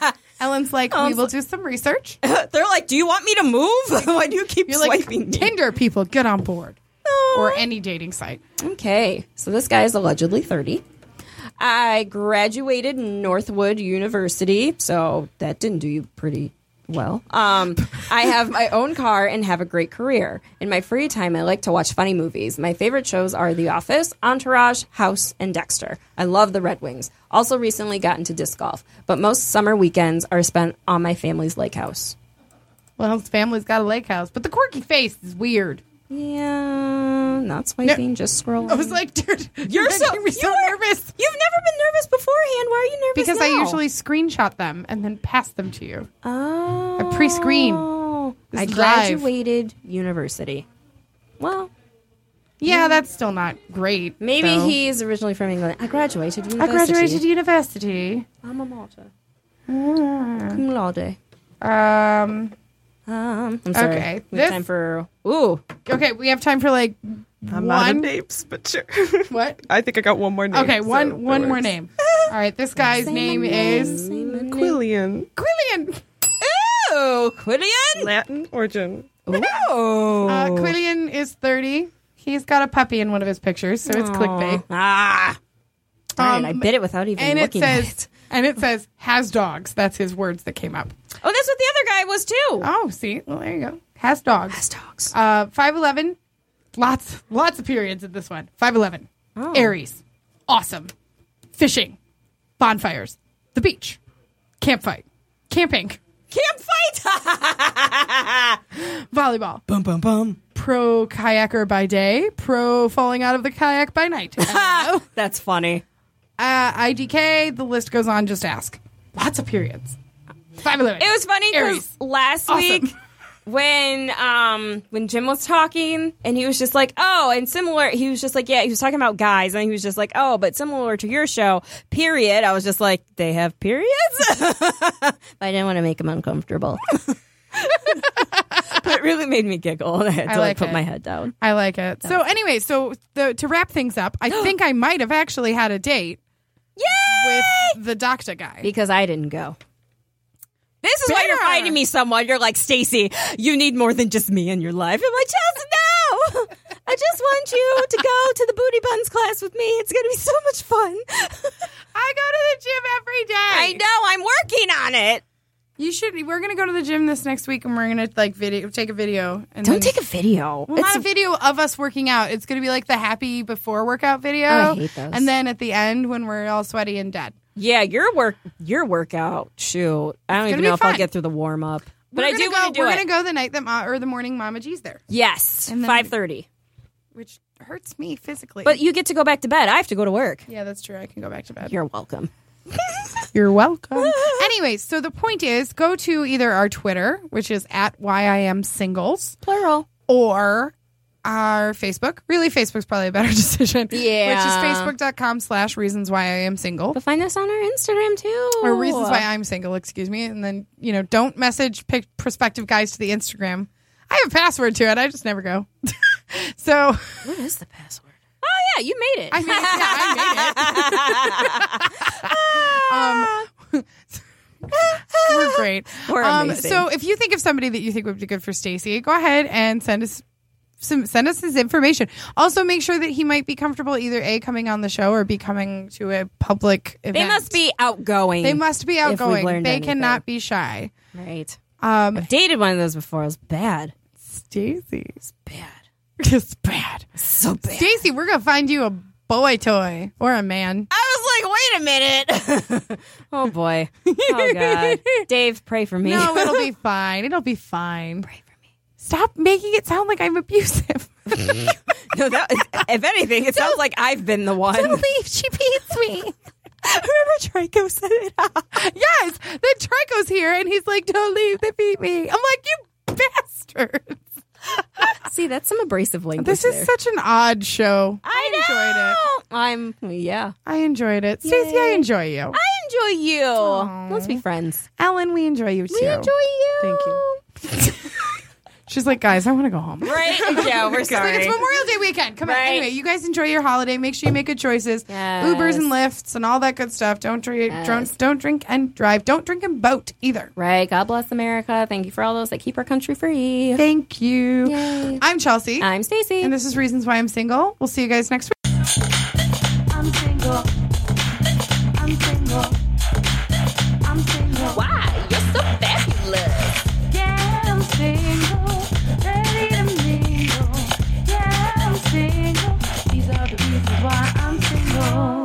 [SPEAKER 2] Ellen's like, we will do some research.
[SPEAKER 3] They're like, do you want me to move? Why do you keep
[SPEAKER 2] You're like,
[SPEAKER 3] swiping me?
[SPEAKER 2] Tinder people, get on board.
[SPEAKER 3] No.
[SPEAKER 2] Or any dating site.
[SPEAKER 3] Okay, so this guy is allegedly 30. I graduated Northwood University, so that didn't do you pretty well. Um, I have my own car and have a great career. In my free time, I like to watch funny movies. My favorite shows are The Office, Entourage, House, and Dexter. I love the Red Wings. Also, recently got into disc golf, but most summer weekends are spent on my family's lake house.
[SPEAKER 2] Well, his family's got a lake house, but the quirky face is weird.
[SPEAKER 3] Yeah, not swiping, just scrolling.
[SPEAKER 2] I was like, dude, you're,
[SPEAKER 3] so-
[SPEAKER 2] making me so
[SPEAKER 3] you were-
[SPEAKER 2] nervous.
[SPEAKER 3] Oh, You've never been nervous beforehand. Why are you nervous?
[SPEAKER 2] Because I
[SPEAKER 3] now?
[SPEAKER 2] usually screenshot them and then pass them to you.
[SPEAKER 3] Oh.
[SPEAKER 2] I pre-screen. This
[SPEAKER 3] I
[SPEAKER 2] is live.
[SPEAKER 3] Oh, graduated university. Well,
[SPEAKER 2] Yeah, that's still not great.
[SPEAKER 3] maybe
[SPEAKER 2] though.
[SPEAKER 3] he is originally from England. I graduated
[SPEAKER 2] I
[SPEAKER 3] university.
[SPEAKER 2] graduated university.
[SPEAKER 3] Alma mater. Cum laude.
[SPEAKER 2] Um,
[SPEAKER 3] Um, I'm sorry.
[SPEAKER 2] Okay,
[SPEAKER 3] We have
[SPEAKER 2] this-
[SPEAKER 3] time for ooh.
[SPEAKER 2] okay, we have time for like
[SPEAKER 5] I'm out of
[SPEAKER 2] one.
[SPEAKER 5] names, but sure.
[SPEAKER 2] What?
[SPEAKER 5] I think I got one more name.
[SPEAKER 2] Okay,
[SPEAKER 5] so
[SPEAKER 2] one
[SPEAKER 5] that
[SPEAKER 2] one more
[SPEAKER 5] works.
[SPEAKER 2] name. All right, this guy's name is
[SPEAKER 5] Quillian.
[SPEAKER 2] Quillian.
[SPEAKER 3] Oh. Ooh, Quillian. Oh.
[SPEAKER 5] Latin origin.
[SPEAKER 3] Ooh.
[SPEAKER 2] Uh, Quillian is thirty. He's got a puppy in one of his pictures, so it's clickbait.
[SPEAKER 3] ah. Darn, I
[SPEAKER 2] Um,
[SPEAKER 3] bit it without even
[SPEAKER 2] And it
[SPEAKER 3] looking
[SPEAKER 2] says,
[SPEAKER 3] at it.
[SPEAKER 2] and it says has dogs. That's his words that came up.
[SPEAKER 3] Oh, that's what the other guy was too.
[SPEAKER 2] Oh, see, well there you go. Has dogs.
[SPEAKER 3] That's dogs.
[SPEAKER 2] Uh, five eleven.
[SPEAKER 3] Oh.
[SPEAKER 2] Lots, lots of periods in this one. Five eleven. Aries. Awesome. fishing, bonfires, the beach, campfire, camping,
[SPEAKER 3] Camp fight.
[SPEAKER 2] volleyball,
[SPEAKER 6] Bum bum bum.
[SPEAKER 2] pro kayaker by day, pro falling out of the kayak by night. uh,
[SPEAKER 3] That's funny.
[SPEAKER 2] IDK, the list goes on, just ask. Lots of periods. Five eleven.
[SPEAKER 3] It was funny because
[SPEAKER 2] Aries.
[SPEAKER 3] last
[SPEAKER 2] Awesome.
[SPEAKER 3] week when um when Jim was talking and he was just like, "Oh, and similar," he was just like, "Yeah," he was talking about guys and he was just like, "Oh, but similar to your show, period." I was just like, "They have periods." I didn't want to make him uncomfortable. But it really made me giggle. I had to
[SPEAKER 2] I
[SPEAKER 3] like,
[SPEAKER 2] like
[SPEAKER 3] put
[SPEAKER 2] it.
[SPEAKER 3] my head down.
[SPEAKER 2] I like it. So anyway, so the, to wrap things up, I think I might have actually had a date
[SPEAKER 3] Yay!
[SPEAKER 2] with the doctor guy.
[SPEAKER 3] Because I didn't go. This is why you're
[SPEAKER 2] Bear.
[SPEAKER 3] finding me someone. You're like, Stacy, you need more than just me in your life. I'm like, Chelsea, no! I just want you to go to the booty buns class with me. It's going to be so much fun.
[SPEAKER 2] I go to the gym every day.
[SPEAKER 3] I know, I'm working on it.
[SPEAKER 2] You should. We're gonna go to the gym this next week, and we're gonna like video, take a video. And
[SPEAKER 3] Don't take a video.
[SPEAKER 2] Well, not a video of us working out. It's gonna be like the happy before workout video.
[SPEAKER 3] Oh, I hate those.
[SPEAKER 2] And then at the end, when we're all sweaty and dead.
[SPEAKER 3] yeah, your work, your workout. Shoot, I don't even
[SPEAKER 2] be
[SPEAKER 3] know if I'll
[SPEAKER 2] fun.
[SPEAKER 3] get through the warm up,
[SPEAKER 2] We're
[SPEAKER 3] but I
[SPEAKER 2] gonna go-
[SPEAKER 3] do want to do
[SPEAKER 2] We're
[SPEAKER 3] it.
[SPEAKER 2] gonna go the night that Ma- or the morning Mama G's there,
[SPEAKER 3] yes,
[SPEAKER 2] And then-
[SPEAKER 3] five thirty.
[SPEAKER 2] which hurts me physically.
[SPEAKER 3] But you get to go back to bed. I have to go to work.
[SPEAKER 2] yeah, that's true. I can go back to bed.
[SPEAKER 3] You're welcome.
[SPEAKER 2] You're welcome. anyway, so the point is, go to either our Twitter, which is at YIM Singles,
[SPEAKER 3] Plural.
[SPEAKER 2] or our Facebook. Really, Facebook's probably a better decision.
[SPEAKER 3] Yeah.
[SPEAKER 2] Which is facebook.com slash reasons why I am single.
[SPEAKER 3] But find us on our Instagram too.
[SPEAKER 2] Or reasons why I'm single, excuse me. And then, you know, don't message pic- prospective guys to the Instagram. I have a password to it. I just never go. so
[SPEAKER 3] What is the password? Oh yeah, you made it.
[SPEAKER 2] I made, yeah, I made it. um, we're great.
[SPEAKER 3] We're
[SPEAKER 2] um,
[SPEAKER 3] amazing.
[SPEAKER 2] so if you think of somebody that you think would be good for Stacy, go ahead and send us some send us his information. Also make sure that he might be comfortable either A coming on the show or B coming to a public event.
[SPEAKER 3] they must be outgoing.
[SPEAKER 2] they must be
[SPEAKER 3] we've
[SPEAKER 2] outgoing. They
[SPEAKER 3] learned anything.
[SPEAKER 2] cannot be shy.
[SPEAKER 3] Right.
[SPEAKER 2] Um
[SPEAKER 3] I've dated one of those before. It was bad.
[SPEAKER 2] Stacy.
[SPEAKER 3] It's bad.
[SPEAKER 2] It's bad.
[SPEAKER 3] So bad.
[SPEAKER 2] Stacy, we're gonna find you a boy toy or a man.
[SPEAKER 3] I was like, wait a minute. oh boy. Oh god. Dave, pray for me.
[SPEAKER 2] No, it'll be fine. It'll be fine.
[SPEAKER 3] pray for me.
[SPEAKER 2] Stop making it sound like I'm abusive.
[SPEAKER 3] No, that, if anything, it sounds like I've been the one. Don't leave. She beats me. Remember Trico said it.
[SPEAKER 2] yes, then Trico's here and he's like, don't leave, they beat me. I'm like, you bastard.
[SPEAKER 3] See, that's some abrasive language.
[SPEAKER 2] This is
[SPEAKER 3] there.
[SPEAKER 2] such an odd show.
[SPEAKER 3] I
[SPEAKER 2] enjoyed it.
[SPEAKER 3] know. I'm yeah.
[SPEAKER 2] I enjoyed it. Stacey, I enjoy you.
[SPEAKER 3] I enjoy you. Let's be friends.
[SPEAKER 2] Ellen, we enjoy you too.
[SPEAKER 3] We enjoy you.
[SPEAKER 5] Thank you.
[SPEAKER 2] She's like, guys, I want to go home.
[SPEAKER 3] Right? Yeah, we're sorry.
[SPEAKER 2] It's Memorial Day weekend. Come on.
[SPEAKER 3] Right.
[SPEAKER 2] Anyway, you guys enjoy your holiday. Make sure you make good choices.
[SPEAKER 3] Yes.
[SPEAKER 2] Ubers and lifts and all that good stuff. Don't drink, don't, don't drink and drive. Don't drink and boat either.
[SPEAKER 3] Right. God bless America. Thank you for all those that keep our country free.
[SPEAKER 2] Thank you.
[SPEAKER 3] Yay.
[SPEAKER 2] I'm Chelsea.
[SPEAKER 3] I'm Stacey.
[SPEAKER 2] and this is Reasons Why I'm Single. We'll see you guys next week.
[SPEAKER 4] I'm single. I'm single. I'm single.
[SPEAKER 7] Why? You're so fabulous.
[SPEAKER 4] Yeah, I'm single. Ready to mingle. Yeah, I'm single. These are the reasons why I'm single.